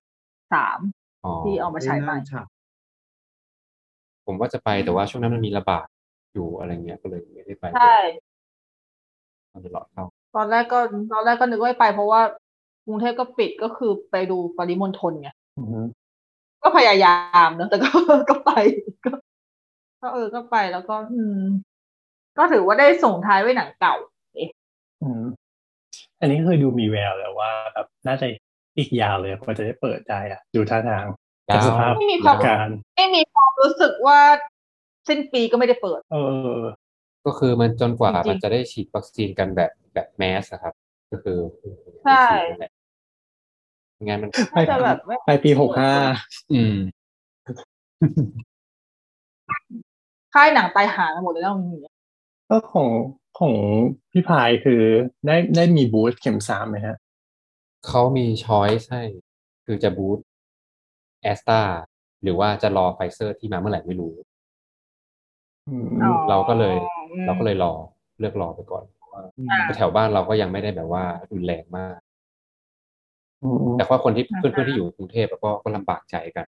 S3: สาม
S4: อ๋อ
S3: ที่เอามาใช้ใหม่
S4: ผมว่าจะไปแต่ว่าช่วงนั้นมันมีระบาดอยู่อะไรเงี้ยก็เลยไม่ได้ไป
S3: ใช่
S4: มันจะหลอดเข้า
S3: ตอนแรกก็ตอนแรกก็นึกว่าไป เพราะว่ากรุงเทพก็ปิดก็คือไปดูปริมณฑลไง
S6: อือฮึ
S3: ก็พยายามเนอะแต่ก็ ก็ไปก็ก็เออก็ไปแล้วก็ อืม ก็ถือว่าได้ส่งท้ายไว้หนังเก่า
S6: อืมอันนี้คือดูมีแววแล้วว่าแบบน่าจะอีกยาวเลยกว่าจะได้เปิดได้อะดูท่าทางกับสภาพ
S3: ไม่มีความ
S6: การ
S3: ไม่มีความรู้สึกว่าสิ้นปีก็ไม่ได้เปิด
S6: เออ
S4: ก็คือมันจนกว่า
S3: จริงๆ
S4: มันจะได้ฉีดวัคซีนกันแบบแบบแมสอะครับ ก็คือ
S3: ใช่
S4: ฉีดนั่นแหละงานมัน
S6: ไม่
S3: น่าจะแบบไม่
S6: ไปปีหกห้า
S4: อืม
S3: ค่ายหนังตายหากันหมดเลยแล้วมีย
S6: ก็ของของพี่พายคือได้ได้มีบูธเข็มสามไหมฮะ
S4: เขามีช้อยให้คือจะบูตแอสตาหรือว่าจะรอไฟเซอร์ที่มาเมื่อไหร่ไม่รู้
S6: อืม
S3: อ๋อ
S4: เราก็เลย
S3: อืม
S4: เราก็เลยรอเลือกรอไปก่อนเพราะว่า
S3: อ่า
S4: แถวบ้านเราก็ยังไม่ได้แบบว่ารุนแรงมาก
S6: อืม
S4: แต่ว่าคนที่
S3: อ่าฮะ
S4: เพื่อนๆที่อยู่กรุงเทพอะก็ก็ลำบากใจกัน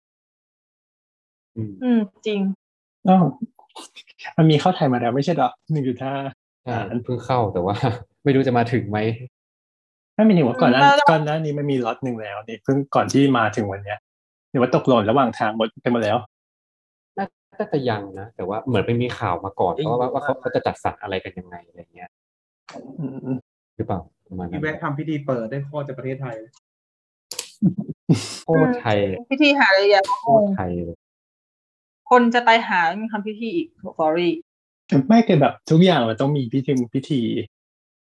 S4: อืม
S3: อืม จริง
S6: อ้าวมันมีเข้าไทยมาแล้วไม่ใช่เหรอหนึ่งจุดห้า
S4: ใช่
S6: อ่า
S4: เพิ่งเข้าแต่ว่า ไม่รู้จะมาถึงไหม
S6: ไม่มีถึงว่าก่อนหน้า
S3: แล้วแล้ว
S6: ก่อนหน้านี้มันมีล็อตหนึ่งแล้วนี่เพิ่งก่อนที่มาถึงวันเนี้ยหรือว่าตกหล่นระหว่างทางหมดไปหมดแล้ว
S4: น่าจะยังนะแต่ว่าเหมือนไม่มีข่าวมาก่อนเพราะว่าว่าเขาเขาจะจัดสรรอะไรกันยังไงอะไรเงี้ย
S6: อืมอืม
S4: หรือเปล่าประมาณนั้น
S7: พี่แวะทำพิธีเปิดได้ข้อจากประเทศไทย
S4: โคตรไทยเลย
S3: พิธีหาเลยอย่าง
S4: โคตรไทยเลย
S3: คนจะตายหามีทำพิธีอีก sorry
S6: ไม่คือแบบทุกอย่างมันต้องมีพิธีพิธี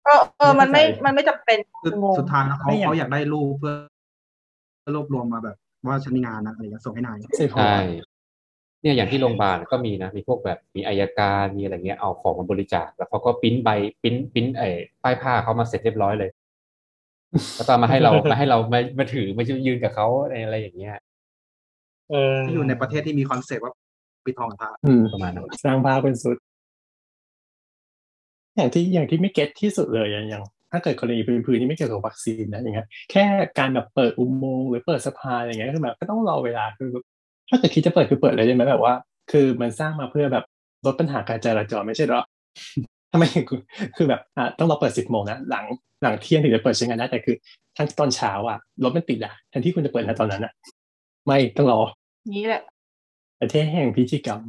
S3: เออเออมันไม่
S6: ไม่เข้าใจ
S3: มันไม่จำเป็น
S7: คือง
S3: ง
S7: สุดท้ายแล้วเขา
S6: ไม่อยาก
S7: เขาอยากได้รูปเพื่อเพื่อรวบรวมมาแบบ ว่าฉันมีงานนะอะไรอย่างเงี้ยส่งให้นาย
S6: ใช่พอ
S4: ใช่ เนี่ยอย่างที่โรงพยาบาลก็มีนะ มีพวกแบบมีอายการมีอะไรเงี้ยเอาของมาบริจาคแล้วเขาก็ปริ้นใบปริ้นปริ้นไอ้ป้ายผ้าเขามาเสร็จเรียบ ร้อยเลย แล้วก็มาให้เรา มาให้เรามามาถือมายืนกับเขาอะไรอย่างเงี้ย
S5: อืม
S7: ที่อยู่ในประเทศที่มีคอนเซปต์ว่าปิดทองหลังพระ
S6: อืม
S4: ประมาณนั้น
S6: สร้างภาพเป็นสุด อย่างที่อย่างที่ไม่เก็ตที่สุดเลยอย่างอย่าง ถ้าเกิดกรณีพื้นๆนี่ไม่เกี่ยวกับวัคซีนนะอย่างเงี้ยแค่การแบบเปิดอุโมงค์หรือเปิดสะพานอย่างเงี้ยคือแบบก็ต้องรอเวลาคือถ้าจะคิดจะเปิดคือเปิดเลยได้ไหมแบบว่า คือมันสร้างมาเพื่อแบบลดปัญหาการจราจรไม่ใช่เหรอ ทำไมคือคือแบบอ่ะต้องรอเปิดสิบโมงนะหลังหลังเที่ยงถึงจะเปิดใช้งานได้แต่คือทั้งตอนเช้าอ่ะรถมันติดอ่ะแทนที่คุณจะเปิดนะตอนนั้นอ่ะ ไม่ต้องรอ
S3: นี้แหละ
S6: ประเทศแห่งพิธีกรรม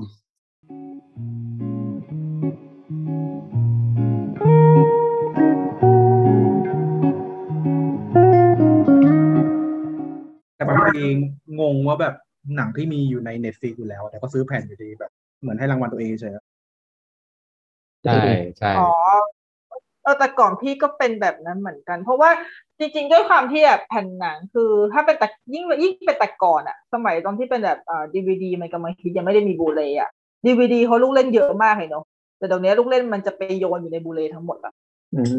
S7: แต่บางทีงงว่าแบบหนังที่มีอยู่ในเน็ตฟ i ิกอยู่แล้ว แต่ก็ซื้อแผ่นอยู่ดีแบบเหมือนให้รางวัลตัวเองเฉย
S4: ใช่ใช่
S3: อ๋อเออแต่ก่อนพี่ก็เป็นแบบนั้นเหมือนกัน เพราะว่าจริง ๆ ด้วยความที่แบบแผ่นหนังคือถ้าเป็นแต่ยิ่งยิ่งเป็นแต่ก่อนอะสมัยตอนที่เป็นแบบเอ่อดีวดีมันกำลังฮิตยังไม่ได้มีบูเลอะดีวดีเขาลูกเล่นเยอะมากเลยเนาะแต่เดี๋ยวนี้ลูกเล่นมันจะไปโยนอยู่ในบูเลทั้งหมดอะ
S6: อืม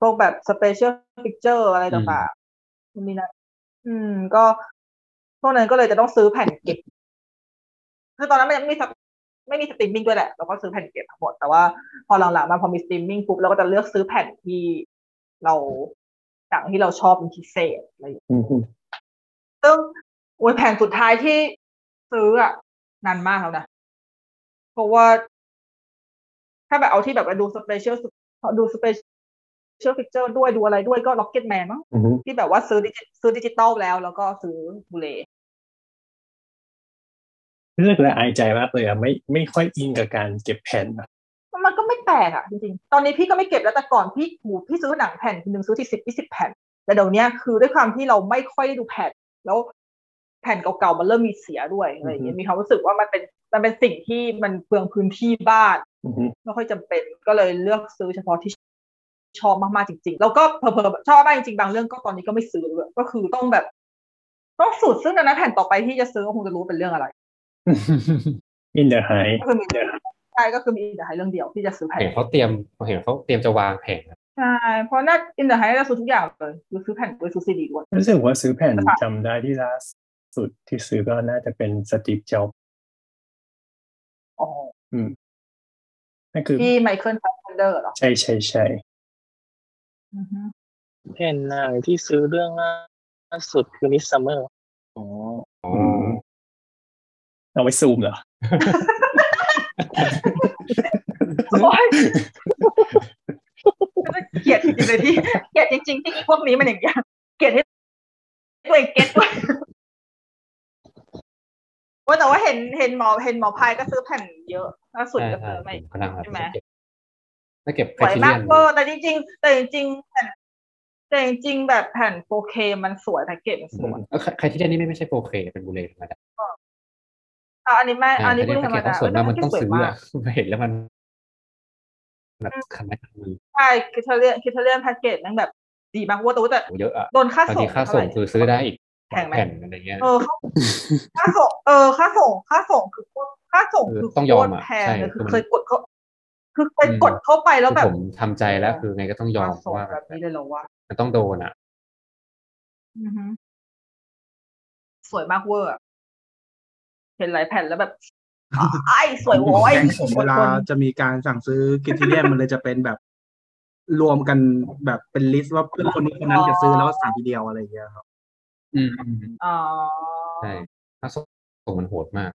S3: พวกแบบสเปเชียลพิกเจอร์อะไรต่างๆมันมีนะอืม ก็พวกนั้นก็เลยจะต้องซื้อแผ่นเก็บคือตอนนั้นมันยังไม่มีสตไม่มีสตรีมมิ่งด้วยแหละเราก็ซื้อแผ่นเก็บทั้งหมดแต่ว่า พอหลังๆมาพอมีสตรีมมิ่งปุ๊บเราก็จะเลือกซื้อแผ่นที่เราหนังที่เราชอบเป็นพิเศษอะไรอย่างเงี้ย
S6: อืมอืม
S3: ซึ่งโอ้ยแผ่นสุดท้ายที่ซื้ออะนานมากแล้วนะ เพราะว่า ถ้าแบบเอาที่แบบว่าดูสเปเชียลดูสเปเชียลพิกเจอร์ด้วยดูอะไรด้วยก็ล็อกเก็ตแมนมั้ง
S6: อืม
S3: ที่แบบว่าซื้อดิจิซื้อดิจิตอลแล้ว แล้วก็ซื้อบูเล
S6: เลือกและอายใจมากเลยอ่ะไม่ไม่ค่อยอินกับการเก็บแผ่นอะ
S3: มันก็ไม่แปลกอะจริงๆ ตอนนี้พี่ก็ไม่เก็บแล้วแต่ก่อนพี่หูพี่ซื้อหนังแผ่นหนึ่งซื้อที่สิบยี่สิบแผ่น แต่เดี๋ยวเนี้ยคือด้วยความที่เราไม่ค่อยดูแผ่น แล้วแผ่นเก่าๆมันเริ่มมีเสียด้วยอะไรอย่างเงี้ยมีความรู้สึกว่ามันเป็นมันเป็นสิ่งที่มันเปลืองพื้นที่บ้าน
S6: อืมอืม
S3: ไม่ค่อยจำเป็นก็เลยเลือกซื้อเฉพาะที่ชอบมากๆจริงๆ แล้วก็เพอเพอชอบมากจริงๆบางเรื่องก็ตอนนี้ก็ไม่ซื้อเลยก็คือต้องแบบ ต้องสูตรซึ่งนะแผ่นต่อไปที่จะซื้อก็คงจะรู้ว่าเป็นเรื่องอะไร
S6: อินเดอะไฮ
S3: ก็คือมีใช่ก็คือมีแต่เรื่องเดียวที่จะซื้อแผ่น
S4: เห็นเขาเตรียมเห็นเขาเตรียมจะวางแผง
S3: ใช่ เพราะน่าอินเดอร์ไฮจะซื้อทุกอย่างเลยคือซื้อแผ่นด้วยซื้อซีดีด้วย
S6: รู้สึกว่าซื้อแผ่นจำได้ที่ล่าสุดที่ซื้อก็น่าจะเป็นสตีฟจ็อบส์
S3: อ๋อ
S6: นั่นคือ
S3: ที่ไมเคิลฟาสเฟนเดอร์เหรอ
S6: ใช่ใช่ใช่
S3: อือฮึ
S5: แผ่นหนังที่ซื้อเรื่องล่าสุดคือมิสซัมเมอร์
S6: อ๋อ
S4: อ๋อ
S6: มเอาไว้ซูมเหรอ
S3: โอ้ยเกลียดจริงๆเลยที่เกลียดจริงๆที่พวกนี้มันอย่างเงี้ยเกลียดที่ตัวเองเก็ตด้วย ว่าแต่ว่าเห็นเห็นหมอเห็นหมอพายก็ซื้อแผ่นเยอะล่าสุด
S4: ใช่
S3: ก็
S4: ใช่
S3: ซื้อไม่
S4: เขานั่งครับ
S3: ใช่ไหม
S4: เก็บแล้ว
S3: สวย
S4: เก็บที
S3: มา
S4: เลี
S3: ก
S4: ยน
S3: เวอร์แต่จริงๆแต่จริงๆแต่แต่จริงๆแบบแผ่น 4K มันสวยแพ็กเกจมันสวย
S4: ใครที่เลียนนี่ไม่ไม่ใช่โปรเคเป็นบูเลธรรมดา
S3: อ่ะอันนี้ไม่ อันนี้
S4: ใช่
S3: เพิ่งธรรม
S4: ถ้
S3: ดา
S4: เลียนแพ็คเกจต้องสว
S3: สวย
S4: ยมากมันต้องซื้อ
S3: มา
S4: อะ
S3: ก
S4: เห็นแล้วมันแบบคันไม้คันมือ
S3: ใช่คิทเลียนคิทเลียนแพ็กเกจนั่งแบบดีมากเว่าแต่ว่าแต่
S4: เยอะอะ
S3: โดนค่า
S4: บาง
S3: ส่
S4: ที
S3: ง
S4: ค่าส่ง
S3: เท่ไหร่
S4: คือซื้อได้อีก
S3: แพงไหม
S4: แผ่นอะไรเงี้ย
S3: เออค่าส่งเออค่าส่งค่าส่งคือค่าส่ง
S4: เออ
S3: คือ
S4: ต้องยอม
S3: โคต
S4: อะ
S3: รแพง
S4: ใช่
S3: เลยคือ
S4: คือมัน
S3: เคยกดเขาคือเคย
S4: อืม
S3: กดเข้าไปแล้ว
S4: คือ
S3: แบบ
S4: ผมทำใจแล้วคือไงก็ต้องยอม
S3: ค่า
S4: เพ
S3: ส่
S4: ราะ
S3: ง
S4: ว่า
S3: แบบนี้เลยเหรอวะ
S4: มันต้องโดนอะ
S3: อือฮึสวยมากเวอร์อะเห็นหลายแผ่นแล้วแบบ ไอ้ายสวยโว้ย
S7: แก๊งผมเวลาจะมีการสั่งซื้อกิทิเลียมมันเลยจะเป็นแบบ รวมกันแบบเป็นลิสต์ว่าเพื่อนคนนี้คนนั้นจะซื้อแล้วสั่งทีเดียวอะไรอย่างเงี้ยครับ
S4: อืม
S3: อ๋อ
S4: ใช่ค่าส่งมันโหดมาก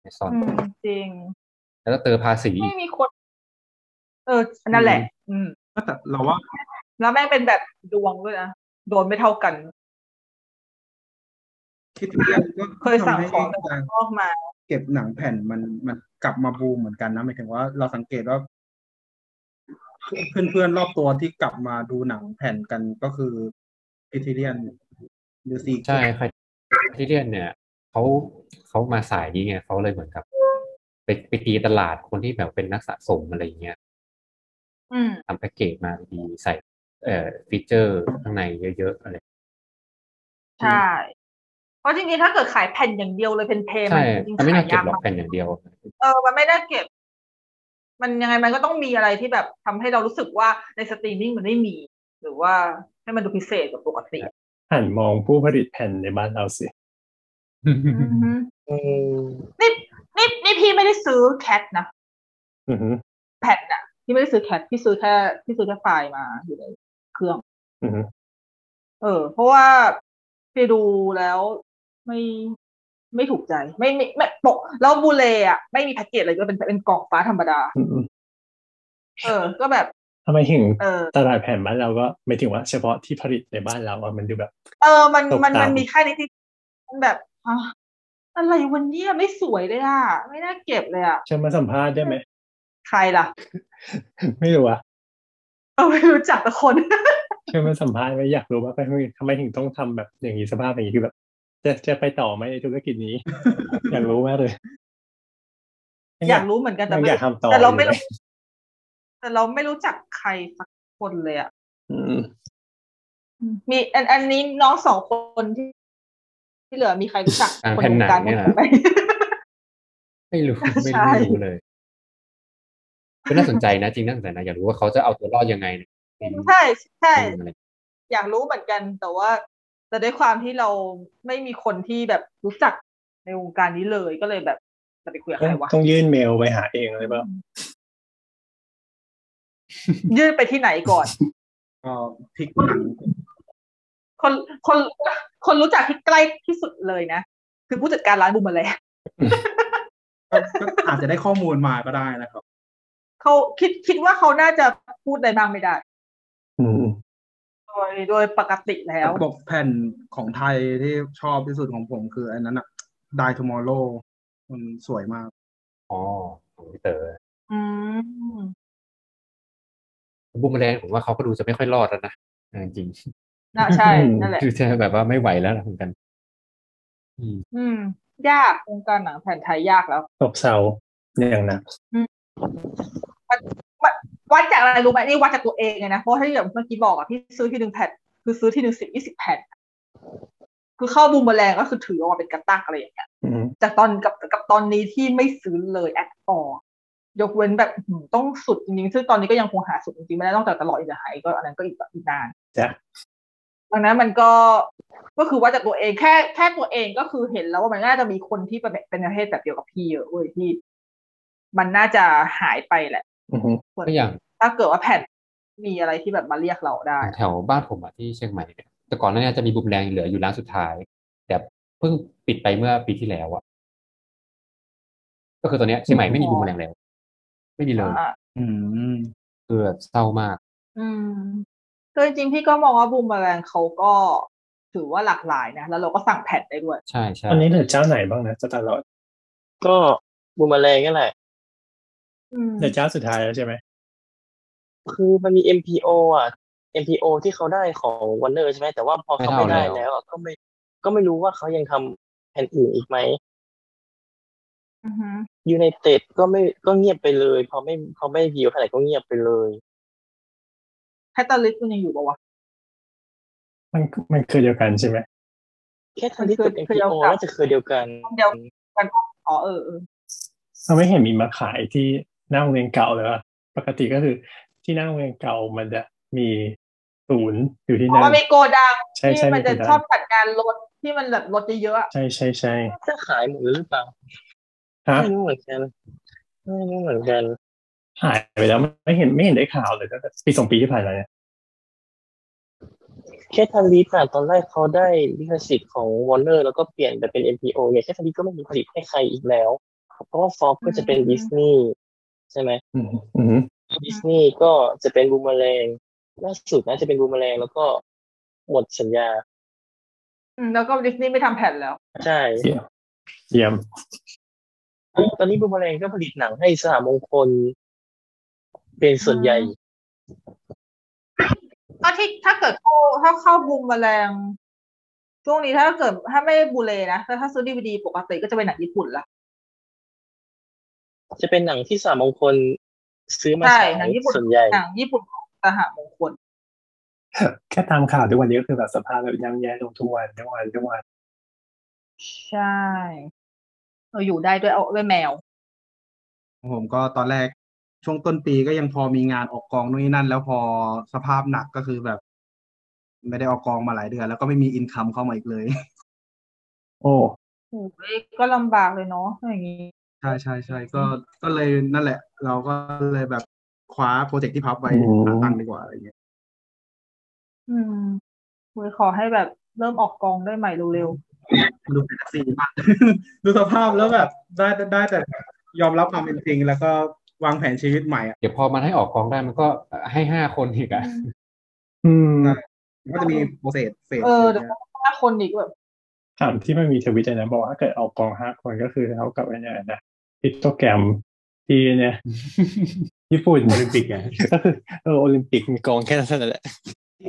S4: ในซอน
S3: อืมจริง
S4: แล้วก็เตอภาษีอี
S3: ไม่
S4: ก
S3: มีคน เออนั่นแหละ อืม
S7: แต่เราว่า
S3: แล้วแม่งเป็นแบบดวงด้วยนะ โดนไม่เท่ากัน
S7: คิดเรื่องก็
S3: เคยสั่ง
S7: ทำให้
S3: ของ
S7: การ
S3: ออกมา
S7: เก็บหนังแผ่นมันมันกลับมาบูมเหมือนกันนะหมายถึงว่าเราสังเกตว่าเพื่อนเพื่อนๆรอบตัวที่กลับมาดูหนังแผ่นกันก็คือคิทิเลียนหรือซี
S4: ใช่ใครที่เรียนเนี่ยเขาเขามาสายนี้ไงเขาเลยเหมือนกับไปไปตีตลาดคนที่แบบเป็นนักสะสมอะไรอย่างเงี้ย
S3: อืม
S4: ทำแพ็กเกจมาดีใส่เอ่อฟีเจอร์ข้างในเยอะๆอะไร
S3: ใช่ เพราะจริงๆ ถ้าเกิดขายแผ่นอย่างเดียวเลยเป็นเพลง
S4: ใช่
S3: มันจริง
S4: มั
S3: ๆ
S4: นไม่
S3: ขา
S4: น่าย เก็
S3: ยา
S4: บ
S3: ก
S4: หรอก
S3: มาก
S4: แผ่นอย่างเดียว
S3: เออ มันไม่ได้เก็บ มันยังไงมันก็ต้องมีอะไรที่แบบทำให้เรารู้สึกว่าในสตรีมมิ่งมันไม่มี หรือว่าให้มันดูพิเศษกว่าปกติ
S6: หันมองผู้ผลิตแผ่นในบ้านเราสิ
S3: อือฮึ
S5: อืม
S3: นี่นี่นี่พี่ไม่ได้ซื้อแคทนะ
S6: อือหือ
S3: แผ่นอะพี่ไม่ได้ซื้อแคทพี่ซื้อแค่พี่ซื้อแค่ไฟล์มาอยู่ในเครื่อง
S6: อือหือ
S3: เออ เพราะว่าไปดูแล้วไม่ไม่ถูกใจ ไม่ไม่ไม่ปกแล้วบูเลอะไม่มีแพ็กเกจอะไรก็เป็นเป็นกล่องฟ้าธรรมดา
S6: อือหือ
S3: เออ ก็แบบ
S6: ทำไมถึง
S3: เออ
S6: ตลาดแผ่นบ้านเราก็ไม่ถึงว่าเฉพาะที่ผลิตในบ้านเราอ่ะมันดูแบบ
S3: เออ มัน
S6: ตก
S3: มัน
S6: ต่ำ
S3: มันมีค่านิดนิดมันแบบอ่ะอะไรวันนี้ไม่สวยเลยอ่ะ ไม่น่าเก็บเลยอ่ะ
S6: เชิญมาสัมภาษณ์ได้ไหม
S3: ใครล่ะ
S6: ไม่รู้อะ
S3: เออ ไม่รู้จักแต่คน
S6: เชิญมาสัมภาษณ์ไหมอยากรู้ว่าทำไมถึงต้องทำแบบอย่างนี้สภาพอย่างนี้คือแบบ จะจะไปต่อไหมในธุรกิจ นี้ อยากรู้มากเลย
S3: อยากรู้เหมือนกันแต่
S6: ยัง
S3: ไม่
S6: อยากทำต่อ
S3: แต่เราไม่
S6: อยู่
S3: รู้แต่เราไม่รู้จักใครสักคนเลยอ่ะ
S6: อืม
S3: มีอันอันนี้น้องสองคนที่ ที่เหลือมีใครรู้จัก
S4: อ่า
S3: คน
S4: แผ่น
S3: ว
S4: หนั
S3: ง
S4: ง
S3: การ
S4: เนี่ย
S3: บ้าง
S4: นะ
S3: ไหม
S4: ไม่รู้ไม่
S3: ใช่
S4: ไม่รู้เลยก็น่าสนใจนะจริงน่าสนใจนะอยากรู้ว่าเขาจะเอาตัวรอดยังไงในใน
S3: ใช่ใช่
S4: อะไร
S3: อยากรู้เหมือนกันแต่ว่า แต่ด้วยความที่เราไม่มีคนที่แบบรู้จักในวงการนี้เลยก็เลยแบบจะไปคุยกับ
S6: ต้อ
S3: ใครง วะ
S6: ต้องยื่นเมลไปหาเองเลยเปล่า
S3: ยื่นไปที่ไหนก่อน
S7: ก็พลิกหนัง
S3: คนคนคนรู้จักที่ใกล้ที่สุดเลยนะ คือผู้จัดการร้านบูมแมลง
S7: ก็ก็อาจจะได้ข้อมูลมาก็ได้นะครับ
S3: เขาคิดคิดว่าเขาน่าจะพูดอะไรบ้างไม่ได้
S6: อืม
S3: โดยโดยปกติแล้ว
S7: ปกแผ่นของไทยที่ชอบที่สุดของผมคืออันนั้นอะ Die Tomorrow มันสวยมาก
S4: อ๋อของพี่เต๋อ
S3: อืม
S4: บูมแรงผมว่าเขาก็ดูจะไม่ค่อยรอดแล้วนะเอาจริง
S3: น่าใช่นั่นแหละ
S4: คือจะแบบว่าไม่ไหวแล้วนะเหมือนกัน อืม
S3: อืม ยากวงการหนังแผ่นไทยยากแล้ว
S6: ตบเสาอย่างหนัก
S3: วัดจากอะไรรู้ไหมนี่วัดจากตัวเองไงนะเพราะถ้าอย่างเมื่อกี้บอกอะพี่ซื้อที่หนึ่งแผ่นคือซื้อที่หนึ่งสิบยี่สิบแผ่นคือเข้าบูมเบอร์แรงก็คือถือออกมาเป็นกระตักอะไรอย่างเงี้ย
S6: อืม
S3: จากตอนกับกับตอนนี้ที่ไม่ซื้อเลยแอดออยกเว้นแบบหืมต้องสุดจริงๆซึ่งตอนนี้ก็ยังคงหาสุดจริงๆไม่ได้นอกจากตลอดอินเดอะไฮก็อันนั้นก็อีกแบบอีกนาน
S6: จ้ะ
S3: ดังนั้นมันก็ก็คือวัดจากตัวเองแค่แค่ตัวเองก็คือเห็นแล้วว่ามันน่าจะมีคนที่เป็นเป็นประเภทแบบเดียวกับพี่เยอะเว้ยที่ มันน่าจะหายไปแหละ
S6: อือหือ
S4: ก็อย่าง
S3: ถ้าเกิดว่าแผ่นมีอะไรที่แบบมาเรียกเราได้
S4: แถวบ้านผมอะที่เชียงใหม่เนี่ยแต่ก่อนหน้านี้จะมีบูมแรงเหลืออยู่ร้านสุดท้าย แต่เพิ่งปิดไปเมื่อปีที่แล้วอะก็คือตอนเนี้ยเชียงใหม่ไม่มีบูมแรงแล้ว ไม่มีเลย
S3: อ่า
S7: อืม
S4: คือแบบเศร้ามาก
S3: อืมคือจริงๆพี่ก็มองว่าบูมแมลงเขาก็ถือว่าหลากหลายนะ แล้วเราก็สั่งแผ่นได้ด้วย
S4: ใช่ใช่
S6: ตอนนี้เหลือเจ้าไหนบ้างนะจะตลอด
S5: ก็บูมแมลงนั่นแหละ
S3: อืม
S6: เหลือเจ้าสุดท้ายแล้วใช่ไหม
S5: คือมันมี MPO อ่ะ MPO ที่เขาได้ของวันเนอร์ใช่ไหมแต่ว่าพอเขาไม่ได้แล้วอะก็ไม่ก็ไม่รู้ว่าเขายังทำแผ่นอื่นอีกไหม
S3: อือฮึ
S5: ยูไนเต็ดก็ไม่ก็เงียบไปเลยพอไม่พอไม่ดีลเท่าไหร่ก็เงียบไปเลย
S3: แคตตาลิสต์มันยังอยู่ปะวะ
S6: มันมันคือเดียวกันใช่ไหม
S5: แค่ทันที่เป็น
S3: เคยเอา
S5: MPO
S3: กลับ
S5: น่าจะเคยเดียวกัน
S3: เดียวกันอ๋อเออเออ
S6: เราไม่เห็นมีมาขายที่หน้าโรงเรียนเก่าเลยว่ะปกติก็คือที่หน้าโรงเรียนเก่ามันจะมีศูนย์อยู่ที่
S3: เพ
S6: นั่
S3: ราะ
S6: น
S3: ว่ามีโกดัง
S6: ใช่ใช่
S3: ที่มัน
S6: มี
S3: จะ
S6: โกดัง
S3: ชอบจัดงานรถที่มันแบบรถเยอะๆอะ
S6: ใช่ใช่ใช่
S5: จะขายหมดหรือเปล่า
S6: ฮะ
S5: ไม่รู้เหมือนกันไม่รู้เหมือนกัน
S6: หายไปแล้วไม่เห็นไม่เห็นได้ข่าวเลยตั้งแต่ปีสองปีที่ผ่านมาเนี่ย
S5: แค่ทันลิสอะตอนแรกเขาได้ลิขสิทธิ์ของวอร์เนอร์แล้วก็เปลี่ยนไปเป็น MPO เนี่ยแค่ทันลิสก็ไม่มีผลิตให้ใครอีกแล้ว เพราะว่าฟ็อกก็จะเป็นดิสนีย์ใช่ไหม
S6: อืมอืม
S5: ดิสนีย์ก็จะเป็นบูมเมอแรงล่าสุดน่าจะเป็นบูมเมอแรงแล้วก็หมดสัญญา
S3: อืมแล้วก็ดิสนีย์ไม่ทำแผ่นแล้ว
S5: ใช่
S6: เยี่ยมเยี่ยม
S5: ตอนนี้บูมเมอแรงก็ผลิตหนังให้สหมงคล เป็นส่วนใหญ่
S3: ก็ที่ถ้าเกิดเข้าถ้าเข้าบูมแมลงช่วงนี้ถ้าเกิดถ้าไม่บูเลนะถ้าถ้าซื้อดีวดีปกติก็จะเป็นหนังญี่ปุ่นละ
S5: จะเป็นหนังที่สหมงคลซื้อมา
S3: ใช่
S5: ฉาย
S3: หนังญี่ปุ่น
S5: ส่วนใหญ่
S3: หนังญี่ปุ่นของสหมงคล
S6: แค่ตามข่าวทุกวันนี้ก็คือแบบสภาพแบบย่ำแย่ลงทุกวันทุกวันทุกวัน
S3: ใช่ เราอยู่ได้ด้วยเอาด้วยแมว
S7: ผมก็ตอนแรกช่วงต้นปีก็ยังพอมีงานออกกองนู่นนี่นั่น แล้วพอสภาพหนักก็คือแบบ ไม่ได้ออกกองมาหลายเดือน แล้วก็ไม่มีอินคัมเข้ามาอีกเลย
S6: โอ้
S3: โอ้ยก็ลำบากเลยเนาะอย่างนี้
S7: ใช่ใช่ใช่ก็ก็เลยนั่นแหละ เราก็เลยแบบคว้าโปรเจกต์ที่พับไว้หาตังค์ดีกว่าอะไรเงี้ย
S3: อืมโอ้ยขอให้แบบเริ่มออกกองได้ใหม่เร็ว
S7: ดูแฟน ตาซีมาก ดูสภาพแล้วแบบได้ได้แต่ยอมรับความเป็นจริง แล้วก็ วางแผนชีวิตใหม่อ่ะ
S4: เดี๋ยวพอมันให้ออกกองได้มันก็ให้ห้าคนอีกอ่ะ
S6: อืม
S7: มันก็จะมีโปรเซสเฟส
S3: เออเดี๋ยวห้าคนอีกแบบ
S6: ถามที่มันมีทวิตอันนะบอกว่าถ้าเกิดเอากองห้าคนก็คือเท่ากับอันเนี้ยนะพิโตแกรมที่เนี่ย ญี่ปุ่น
S8: โอลิมปิกไง
S6: ก็คือเออโอลิมปิกมีกองแค่นั้นแหละ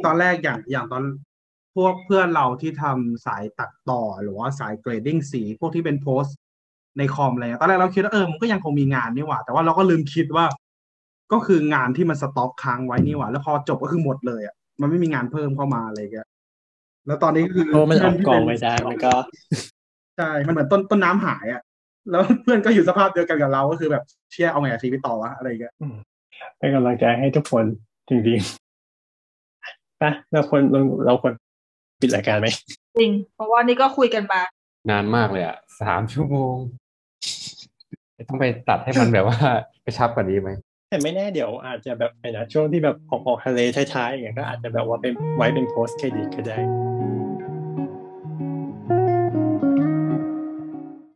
S7: ตอนแรกอย่างอย่างตอนพวกเพื่อนเราที่ทำสายตัดต่อหรือว่าสายเกรดดิ้งสีพวกที่เป็นโพสต์ในคอมอะไรเงี้ยตอนแรกเราคิดว่าเออมันก็ยังคงมีงานนี่หว่า แต่ว่าเราก็ลืมคิดว่า ก็คืองานที่มันสต็อกค้างไว้นี่หว่า แล้วพอจบก็คือหมดเลยอ่ะมันไม่มีงานเพิ่มเข้ามาอะไรเงี้ยแล้วตอนนี้ก็คือ
S6: เพราะว่ามันออกกองไม่ได้ มันก็
S7: ใช่มันเหมือนต้นต้นน้ำหายอ่ะแล้วเพื่อนก็อยู่สภาพเดียวกันกับเราก็คือแบบเชี่ยเอาไงกับชีวิตต่อวะอะไรเงี้ย
S6: เป็นกำลังใจให้ทุกคนจริงๆปะเราควรเราเราควรปิดรายการไหม
S3: จริง เพราะว่านี่ก็คุยกันมาน
S4: านมากเลยอ่ะสามชั่วโมง ต้องไปตัดให้มันแบบว่าก ระชับกว่านี้ไหม
S6: แต่ไม่แน่เดี๋ยวอาจจะแบบไปนะช่วงที่แบบออกออกทะเลท้ายๆอย่างเงี้ยก็อาจจะแบบว่าเป็นไว้เป็นโพสต์เครดิตก็ได้
S3: อ